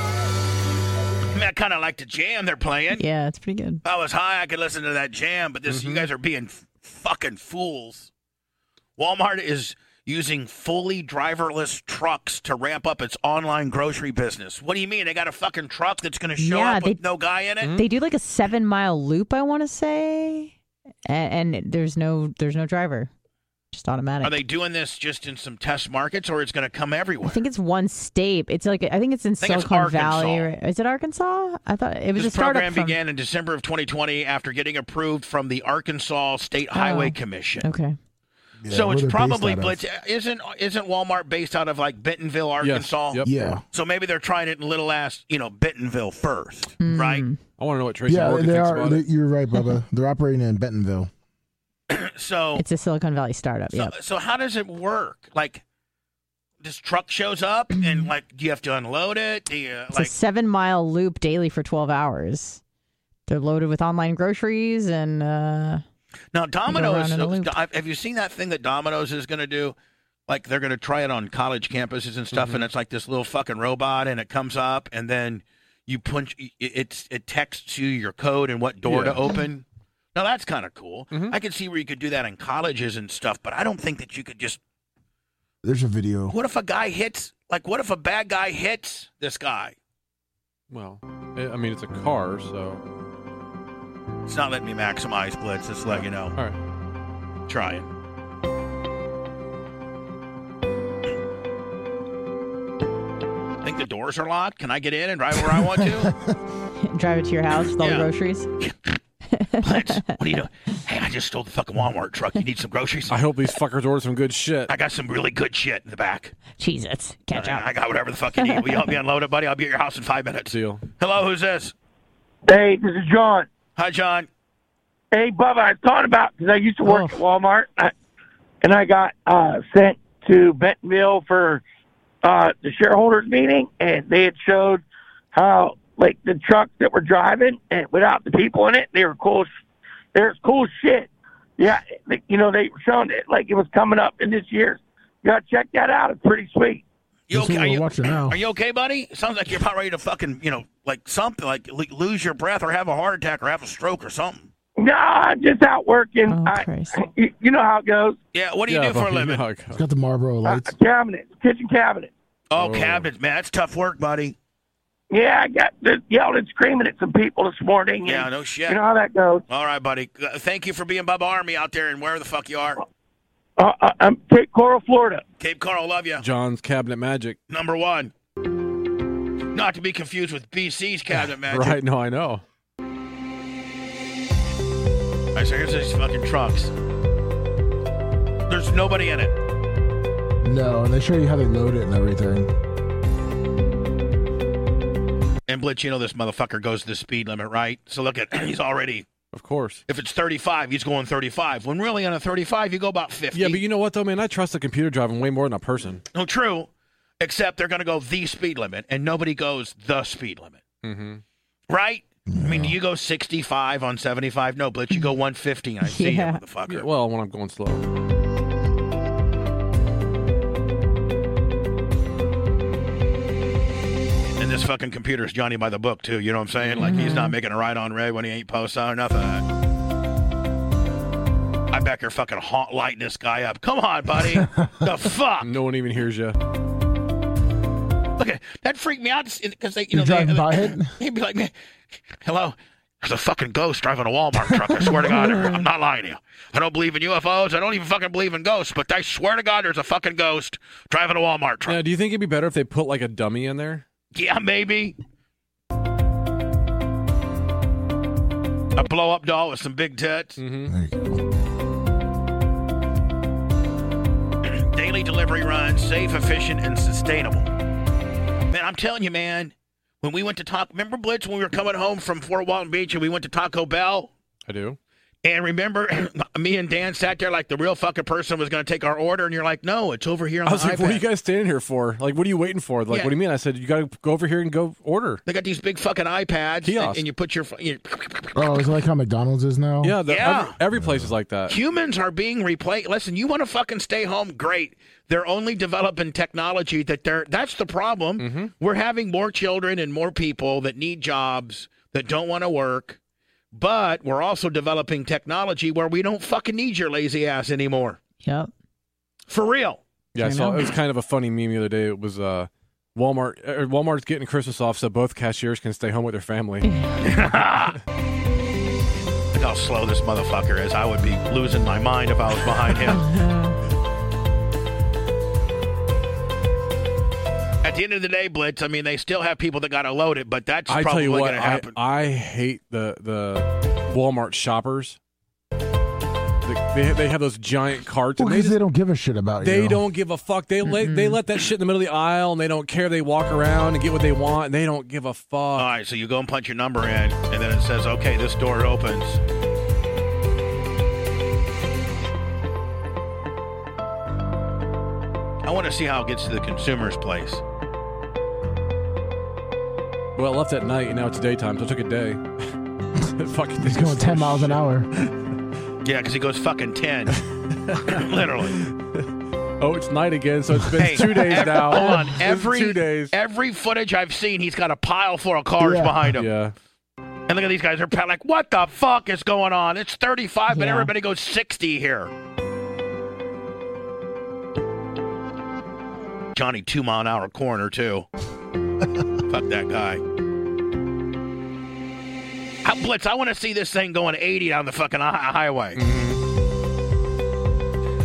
Speaker 1: I, mean, I kind of like the jam they're playing.
Speaker 3: Yeah, it's pretty good.
Speaker 1: If I was high, I could listen to that jam, but this you guys are being f- fucking fools. Walmart is using fully driverless trucks to ramp up its online grocery business. What do you mean? They got a fucking truck that's going to show
Speaker 3: Yeah,
Speaker 1: up
Speaker 3: they- Mm-hmm.
Speaker 1: with no guy in it?
Speaker 3: They do like a seven mile loop, I want to say, A- and, and there's no there's no driver, just automatic.
Speaker 1: Are they doing this just in some test markets, or it's going to come
Speaker 3: I
Speaker 1: everywhere?
Speaker 3: think it's one state. It's like I think it's in
Speaker 1: think it's
Speaker 3: Silicon Valley.
Speaker 1: Arkansas.
Speaker 3: Right? Is it Arkansas? I thought it was
Speaker 1: this
Speaker 3: a startup.
Speaker 1: program
Speaker 3: from-
Speaker 1: began in December of 2020 after getting approved from the Arkansas State Highway Commission.
Speaker 3: Oh. Okay.
Speaker 1: so it's probably blitz. Isn't isn't Walmart based out of like Bentonville, Arkansas?
Speaker 2: Yep. Yeah.
Speaker 1: So maybe they're trying it in little ass, you know, Bentonville first, right?
Speaker 2: I want to know what Tracy
Speaker 4: Yeah,
Speaker 2: Morgan
Speaker 4: they
Speaker 2: thinks
Speaker 4: are.
Speaker 2: about
Speaker 4: They,
Speaker 2: it.
Speaker 4: you're right, Bubba. [laughs] They're operating in Bentonville.
Speaker 1: [clears throat]
Speaker 4: [coughs]
Speaker 1: So
Speaker 3: It's a Silicon Valley startup.
Speaker 1: so,
Speaker 3: Yeah.
Speaker 1: so how does it work? Like this truck shows up and like do you have to unload it? Do you
Speaker 3: It's
Speaker 1: like
Speaker 3: a seven mile loop daily for twelve hours. They're loaded with online groceries and uh,
Speaker 1: Now Domino's,
Speaker 3: around in a
Speaker 1: so- I- have you seen that thing that Domino's is going to do? Like they're going to try it on college campuses and
Speaker 3: Mm-hmm.
Speaker 1: stuff, and it's like this little fucking robot, and it comes up, and then you punch, it, it's it texts you your code and what door to
Speaker 2: Yeah.
Speaker 1: open. Now that's kind of cool.
Speaker 3: Mm-hmm.
Speaker 1: I could see where you could do that in colleges and stuff, but I don't think that you could just.
Speaker 4: There's a video.
Speaker 1: What if a guy hits? Like, what if a bad guy hits this guy?
Speaker 2: Well, I I mean, it's a car, so
Speaker 1: It's not letting me maximize blitz. Just to let you know. All
Speaker 2: right,
Speaker 1: try it. Think the doors are locked? Can I get in and drive where I want to?
Speaker 3: [laughs] drive it to your house with all
Speaker 1: Yeah.
Speaker 3: the groceries.
Speaker 1: Blitz, [laughs] what are you doing? [laughs] Hey, I just stole the fucking Walmart truck. You need some groceries?
Speaker 2: I hope these fuckers order some good shit.
Speaker 1: I got some really good shit in the back.
Speaker 3: Cheez Its. Catch
Speaker 1: up. I got whatever the fuck you need. Will you help [laughs] me unload it, buddy? I'll be at your house in five minutes.
Speaker 2: Deal.
Speaker 1: Hello, who's this?
Speaker 18: Hey, this is John.
Speaker 1: Hi, John.
Speaker 18: Hey, Bubba, I thought about because I used to
Speaker 4: Oh.
Speaker 18: work at Walmart, I, and I got uh, sent to Bentonville for uh, the shareholders meeting, and they had showed how like the trucks that were driving and without the people in it, they were cool. sh- There's cool shit. Yeah, like, you know they were showing it like it was coming up in this year. You gotta check that out. It's pretty sweet.
Speaker 1: You okay? Are you,
Speaker 4: watching
Speaker 18: Oh.
Speaker 4: now.
Speaker 1: are you okay, buddy? Sounds like you're about ready to fucking, you know, like something, like l- lose your breath or have a heart attack or have a stroke or something.
Speaker 18: No, I'm just out working. I, [laughs] you, you know how it goes. Uh,
Speaker 1: Yeah, what do you do
Speaker 2: [laughs]
Speaker 1: for a living?
Speaker 4: It's got the Marlboro lights.
Speaker 18: Cabinet, kitchen cabinet.
Speaker 1: Oh, cabinets, man, that's tough work, buddy.
Speaker 18: Yeah, I got the yelled and screaming at some people this morning.
Speaker 1: Yeah,
Speaker 18: and
Speaker 1: no shit.
Speaker 18: You know how that goes.
Speaker 1: All right, buddy. Uh, Thank you for being Bubba Army out there and wherever the fuck you are.
Speaker 18: Uh, uh, um, Cape Coral, Florida.
Speaker 1: Cape Coral, love you.
Speaker 2: John's cabinet magic.
Speaker 1: Number one. Not to be confused with BC's cabinet magic.
Speaker 2: Right? No, I know.
Speaker 1: All right, so here's these fucking trucks. There's nobody in it.
Speaker 4: No, and they show you how they load it and everything.
Speaker 1: And Blitz, you know this motherfucker goes to the speed limit, right? So look at, [clears throat] he's already.
Speaker 2: Of course.
Speaker 1: If it's 35, he's going 35. When really on a 35, you go about 50.
Speaker 2: Yeah, but you know what though, man? I trust a computer driving way more than a person.
Speaker 1: No, true. Except they're going to go the speed limit, and nobody goes the speed limit.
Speaker 2: Mm-hmm.
Speaker 1: Right? I mean, do you go 65 on 75? No, Blitz, you
Speaker 2: [laughs]
Speaker 1: go 150. I see
Speaker 2: Yeah.
Speaker 1: you, motherfucker.
Speaker 2: well, when I'm going slow.
Speaker 1: And this fucking computer's Johnny by the book, too. You know what I'm saying? Like,
Speaker 2: Mm-hmm.
Speaker 1: he's not making a right on red when he ain't post on or nothing. I bet you're fucking haunt lighting this guy up. Come on,
Speaker 2: [laughs]
Speaker 1: buddy. the fuck?
Speaker 2: No one even hears you.
Speaker 1: Look at that freaked me out because they, you know,
Speaker 2: You're
Speaker 1: they,
Speaker 2: driving by it?
Speaker 1: He'd be like, man, hello. There's a fucking ghost driving a Walmart truck. I swear to God, I'm not lying to you. I don't believe in UFOs. I don't even fucking believe in ghosts. But I swear to God, there's a fucking ghost driving a Walmart truck.
Speaker 2: Now, do you think it'd be better if they put like a dummy in there?
Speaker 1: Yeah, maybe. A blow up doll with some big tits.
Speaker 2: Mm-hmm.
Speaker 1: [clears throat] Daily delivery runs, safe, efficient, and sustainable. Man, I'm telling you, man, when we went to talk, remember Blitz when we were coming home from Fort Walton Beach and we went to Taco Bell?
Speaker 2: I do.
Speaker 1: And remember, [clears throat] me and Dan sat there like the real fucking person was going to take our order, and you're like, no, it's over here on
Speaker 2: I was
Speaker 1: the
Speaker 2: like,
Speaker 1: iPad.
Speaker 2: what are you guys standing here for? Like, what are you waiting for? Like,
Speaker 1: Yeah.
Speaker 2: what do you mean? I said, you got to go over here and go order.
Speaker 1: They got these big fucking iPads, and,
Speaker 2: Kiosk.
Speaker 1: and you put your. You,
Speaker 4: Oh, is it like how McDonald's is now?
Speaker 2: Yeah, the,
Speaker 1: Yeah.
Speaker 2: Every, every place is like that.
Speaker 1: humans are being replaced. Listen, you want to fucking stay home? Great. They're only developing technology that they're. That's the problem.
Speaker 2: Mm-hmm.
Speaker 1: We're having more children and more people that need jobs that don't want to work, but we're also developing technology where we don't fucking need your lazy ass anymore.
Speaker 3: Yep.
Speaker 1: For real.
Speaker 2: Yeah, I
Speaker 1: I
Speaker 2: saw
Speaker 1: know.
Speaker 2: it was kind of a funny meme the other day. It was uh, Walmart. er, Walmart's getting Christmas off, so both cashiers can stay home with their
Speaker 1: [laughs]
Speaker 2: family.
Speaker 1: Look how slow this motherfucker is. I would be losing my mind if I was behind him. At the end of the day, Blitz, I mean, they still have people that got to load it, but that's
Speaker 2: I tell
Speaker 1: probably
Speaker 2: you
Speaker 1: going
Speaker 2: what,
Speaker 1: to
Speaker 2: I,
Speaker 1: happen.
Speaker 2: I hate the the Walmart shoppers. They, they, they have those giant carts.
Speaker 4: Well,
Speaker 2: and they,
Speaker 4: because
Speaker 2: just,
Speaker 4: they don't give a shit about you.
Speaker 2: they don't give a fuck. They let, they let that shit in the middle of the aisle, and they don't care. They walk around and get what they want, and they don't give a fuck. All
Speaker 1: right, so you go and punch your number in, and then it says, okay, this door opens. I want to see how it gets to the consumer's place.
Speaker 2: Well, I left at night, and now it's daytime, so it took a day. [laughs] fuck it.
Speaker 4: He's going 10 miles an
Speaker 2: [laughs]
Speaker 4: hour.
Speaker 1: Yeah, because he goes fucking 10. Literally.
Speaker 2: Oh, it's night again, so it's been
Speaker 1: Hey,
Speaker 2: two days
Speaker 1: ev-
Speaker 2: now.
Speaker 1: Hold on.
Speaker 2: [laughs] It's been
Speaker 1: Every
Speaker 2: two days.
Speaker 1: every footage I've seen, he's got a pile full of cars
Speaker 2: Yeah.
Speaker 1: behind him.
Speaker 2: Yeah.
Speaker 1: And look at these guys. They're pa- like, what the fuck is going on? It's 35, but
Speaker 2: Yeah.
Speaker 1: everybody goes 60 here. Johnny, two mile an hour corner,
Speaker 2: [laughs]
Speaker 1: too. fuck that guy. I, Blitz, I want to see this thing going 80 down the fucking hi- highway.
Speaker 2: Mm-hmm.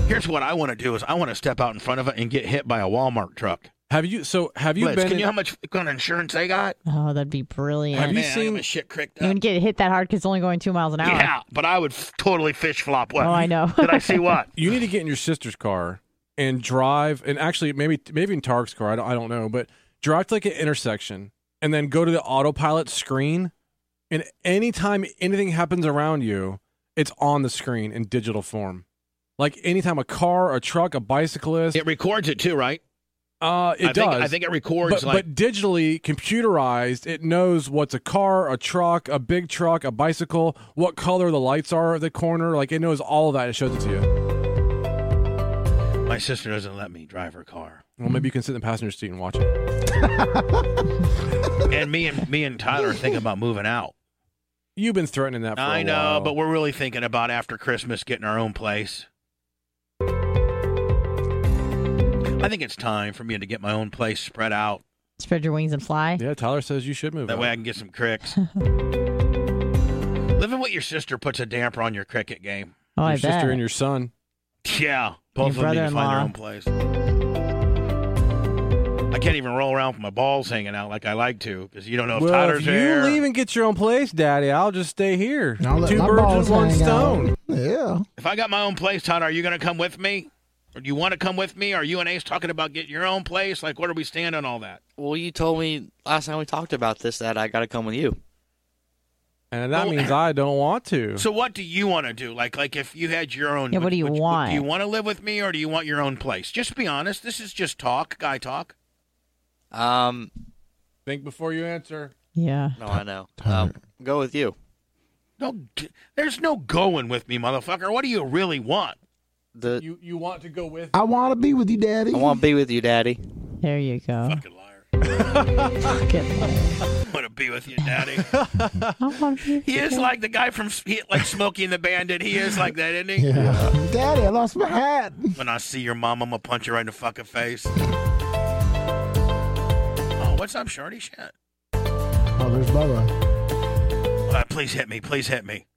Speaker 1: Here's what I want to do is I want to step out in front of it and get hit by a Walmart truck.
Speaker 2: Have you? So have you
Speaker 1: Blitz,
Speaker 2: been?
Speaker 1: Can
Speaker 2: in-
Speaker 1: you how much kind of insurance they got?
Speaker 3: Oh, that'd be brilliant.
Speaker 1: Have you Man, I seen- got my shit cricked
Speaker 3: You wouldn't get hit that hard because it's only going two miles an hour.
Speaker 1: Yeah, but I would f- totally fish flop. What?
Speaker 3: Oh, I know.
Speaker 1: Did I
Speaker 3: [laughs]
Speaker 1: see what?
Speaker 2: You need to get in your sister's car and drive, and actually maybe maybe in Tark's car. I don't I don't know, but drive to like an intersection and then go to the autopilot screen. And anytime anything happens around you, it's on the screen in digital form. Like anytime a car, a truck, a bicyclist,
Speaker 1: It records it too, right?
Speaker 2: Uh, it
Speaker 1: I
Speaker 2: does.
Speaker 1: think- I think it records,
Speaker 2: but,
Speaker 1: like-
Speaker 2: but digitally computerized. It knows what's a car, a truck, a big truck, a bicycle, what color the lights are at the corner. Like it knows all of that. It shows it to you.
Speaker 1: My sister doesn't let me drive her car,
Speaker 2: Well, maybe you can sit in the passenger seat and watch it.
Speaker 1: and me and me and Tyler are thinking about moving out.
Speaker 2: You've been threatening that. for
Speaker 1: I
Speaker 2: a
Speaker 1: know,
Speaker 2: while.
Speaker 1: but we're really thinking about after Christmas getting our own place. I think it's time for me to get my own place spread out.
Speaker 3: Spread your wings and fly.
Speaker 2: Yeah, Tyler says you should move.
Speaker 1: That way I can get some
Speaker 3: [laughs]
Speaker 1: cricks. Living with your sister puts a damper on your cricket game.
Speaker 3: Oh,
Speaker 2: your
Speaker 3: I
Speaker 2: sister
Speaker 3: bet.
Speaker 2: and your son.
Speaker 1: Yeah, both
Speaker 3: Your
Speaker 1: of them need to find their
Speaker 3: brother-in-law.
Speaker 1: own place. I can't even roll around with my balls hanging out like I like to because you don't know if
Speaker 2: well,
Speaker 1: Tyler's
Speaker 2: if you
Speaker 1: there.
Speaker 2: leave and get your own place, Daddy, I'll just stay here.
Speaker 4: I'll let
Speaker 2: Two
Speaker 4: my
Speaker 2: birds
Speaker 4: balls
Speaker 2: with one
Speaker 4: hang out.
Speaker 2: stone.
Speaker 4: Yeah.
Speaker 1: If I got my own place, Tyler, are you going to come with me? Or do you want to come with me? Are you and Ace talking about getting your own place? Like, where do we stand on all that?
Speaker 16: Well, you told me last time we talked about this that I got to come with you.
Speaker 2: And that means I don't want to.
Speaker 1: So, what do you want to do? Like, like if you had your own,
Speaker 3: Yeah, what do you want?
Speaker 1: Do you want to live with me, or do you want your own place? Just be honest. This is just talk, guy talk.
Speaker 16: Um,
Speaker 2: Think before you answer.
Speaker 3: Yeah.
Speaker 16: no, I [laughs] know. Um, go with you.
Speaker 1: No, d- there's no going with me, motherfucker. What do you really want?
Speaker 16: The [laughs]
Speaker 2: You you want to go with?
Speaker 4: I want to be with you, Daddy.
Speaker 16: I want to be with you, Daddy.
Speaker 3: There you go.
Speaker 1: [laughs] want to be with you, Daddy. he
Speaker 3: he
Speaker 1: is like the guy from S- he, like Smokey and the Bandit. He is like that, isn't he?
Speaker 4: Daddy, I lost my hat.
Speaker 1: [laughs] When I see your mom, I'm gonna punch her right in the fucking face. Oh, what's up, shorty? Shit.
Speaker 4: Oh, there's Bubba.
Speaker 1: Uh, please hit me. Please hit me.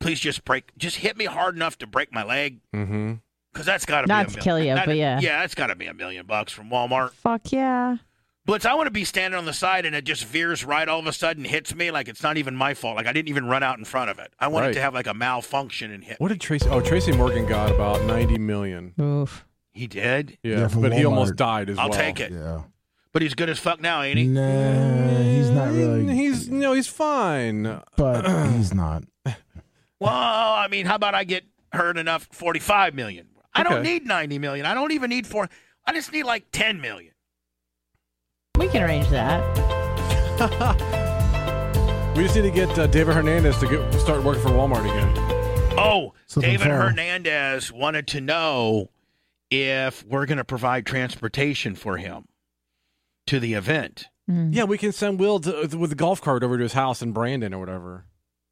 Speaker 1: Please just break. Just hit me hard enough to break my leg.
Speaker 2: Mm-hmm.
Speaker 1: Because that's got to
Speaker 3: Not
Speaker 1: be a
Speaker 3: to
Speaker 1: mil-
Speaker 3: kill you,
Speaker 1: that-
Speaker 3: but yeah.
Speaker 1: Yeah, that's got to be a million bucks from Walmart.
Speaker 3: Fuck yeah.
Speaker 1: Blitz, I want to be standing on the side and it just veers right all of a sudden, hits me like it's not even my fault. Like I didn't even run out in front of it. I want
Speaker 2: Right.
Speaker 1: it to have like a malfunction and hit.
Speaker 2: What did Tracy? Oh, Tracy Morgan got about ninety million.
Speaker 3: Oof.
Speaker 1: He did.
Speaker 2: Yeah,
Speaker 4: Yeah, from
Speaker 2: but he
Speaker 4: Walmart.
Speaker 2: almost died as
Speaker 1: I'll
Speaker 2: well.
Speaker 1: take it.
Speaker 4: Yeah.
Speaker 1: But he's good as fuck now, ain't he?
Speaker 4: Nah, Uh, he's not really.
Speaker 2: Mm, He's no, he's fine. [clears throat]
Speaker 4: But he's not.
Speaker 1: Well, I mean, how about I get hurt enough? Forty-five million. I don't
Speaker 4: Okay.
Speaker 1: need ninety million. I don't even need four. I just need like ten million.
Speaker 3: We can arrange that.
Speaker 2: We just need to get uh, David Hernandez to get start working for Walmart again.
Speaker 1: Oh,
Speaker 2: Something
Speaker 1: David
Speaker 2: foul.
Speaker 1: Hernandez wanted to know if we're going to provide transportation for him to the event.
Speaker 2: Yeah, we can send Will to, with the golf cart over to his house in Brandon or whatever.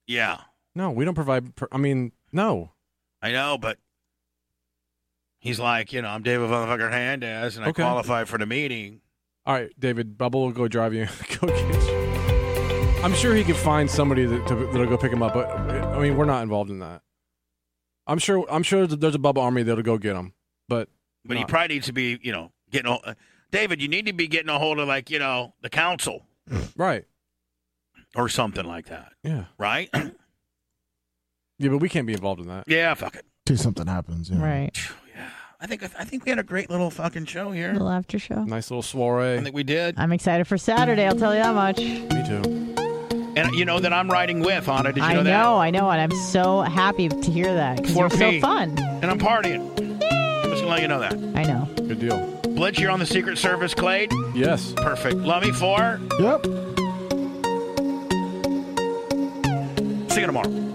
Speaker 1: Yeah,
Speaker 2: No, we don't provide. Per, I mean, no.
Speaker 1: I know, but he's like, you know, I'm David motherfucker Hernandez, and I
Speaker 2: Okay.
Speaker 1: qualify for the meeting.
Speaker 2: All right, David, Bubble will go drive you. [laughs] go get you. I'm sure he could find somebody that, to, that'll go pick him up, but uh, I mean, we're not involved in that. I'm sure. I'm sure that there's a Bubble Army that'll go get him,
Speaker 1: [laughs]
Speaker 2: but
Speaker 1: But he
Speaker 2: Not-
Speaker 1: probably needs to be, you know, getting. A, uh, David, you need to be getting a hold of like, you know, the council
Speaker 2: right.
Speaker 1: or something like that,
Speaker 2: Yeah.
Speaker 1: right? [clears throat]
Speaker 2: Yeah, but we can't be involved in that.
Speaker 1: yeah, fuck it.
Speaker 4: Till something happens. Yeah.
Speaker 3: Right.
Speaker 1: I think I think we had a great little fucking show here.
Speaker 3: Little after show.
Speaker 2: Nice little soiree.
Speaker 1: I think we did.
Speaker 3: I'm excited for Saturday. I'll tell you that much.
Speaker 2: Me too.
Speaker 1: And you know that I'm riding with Anna. Did you
Speaker 3: I
Speaker 1: know that?
Speaker 3: know, I know, and I'm so happy to hear that because you're so
Speaker 1: 4P.
Speaker 3: fun.
Speaker 1: And I'm partying. Just gonna let you know that.
Speaker 3: I know.
Speaker 2: Good deal.
Speaker 1: Blitz, you're on the Secret Service, Clade.
Speaker 2: Yes.
Speaker 1: Perfect. Lummy four.
Speaker 4: Yep.
Speaker 1: See you tomorrow.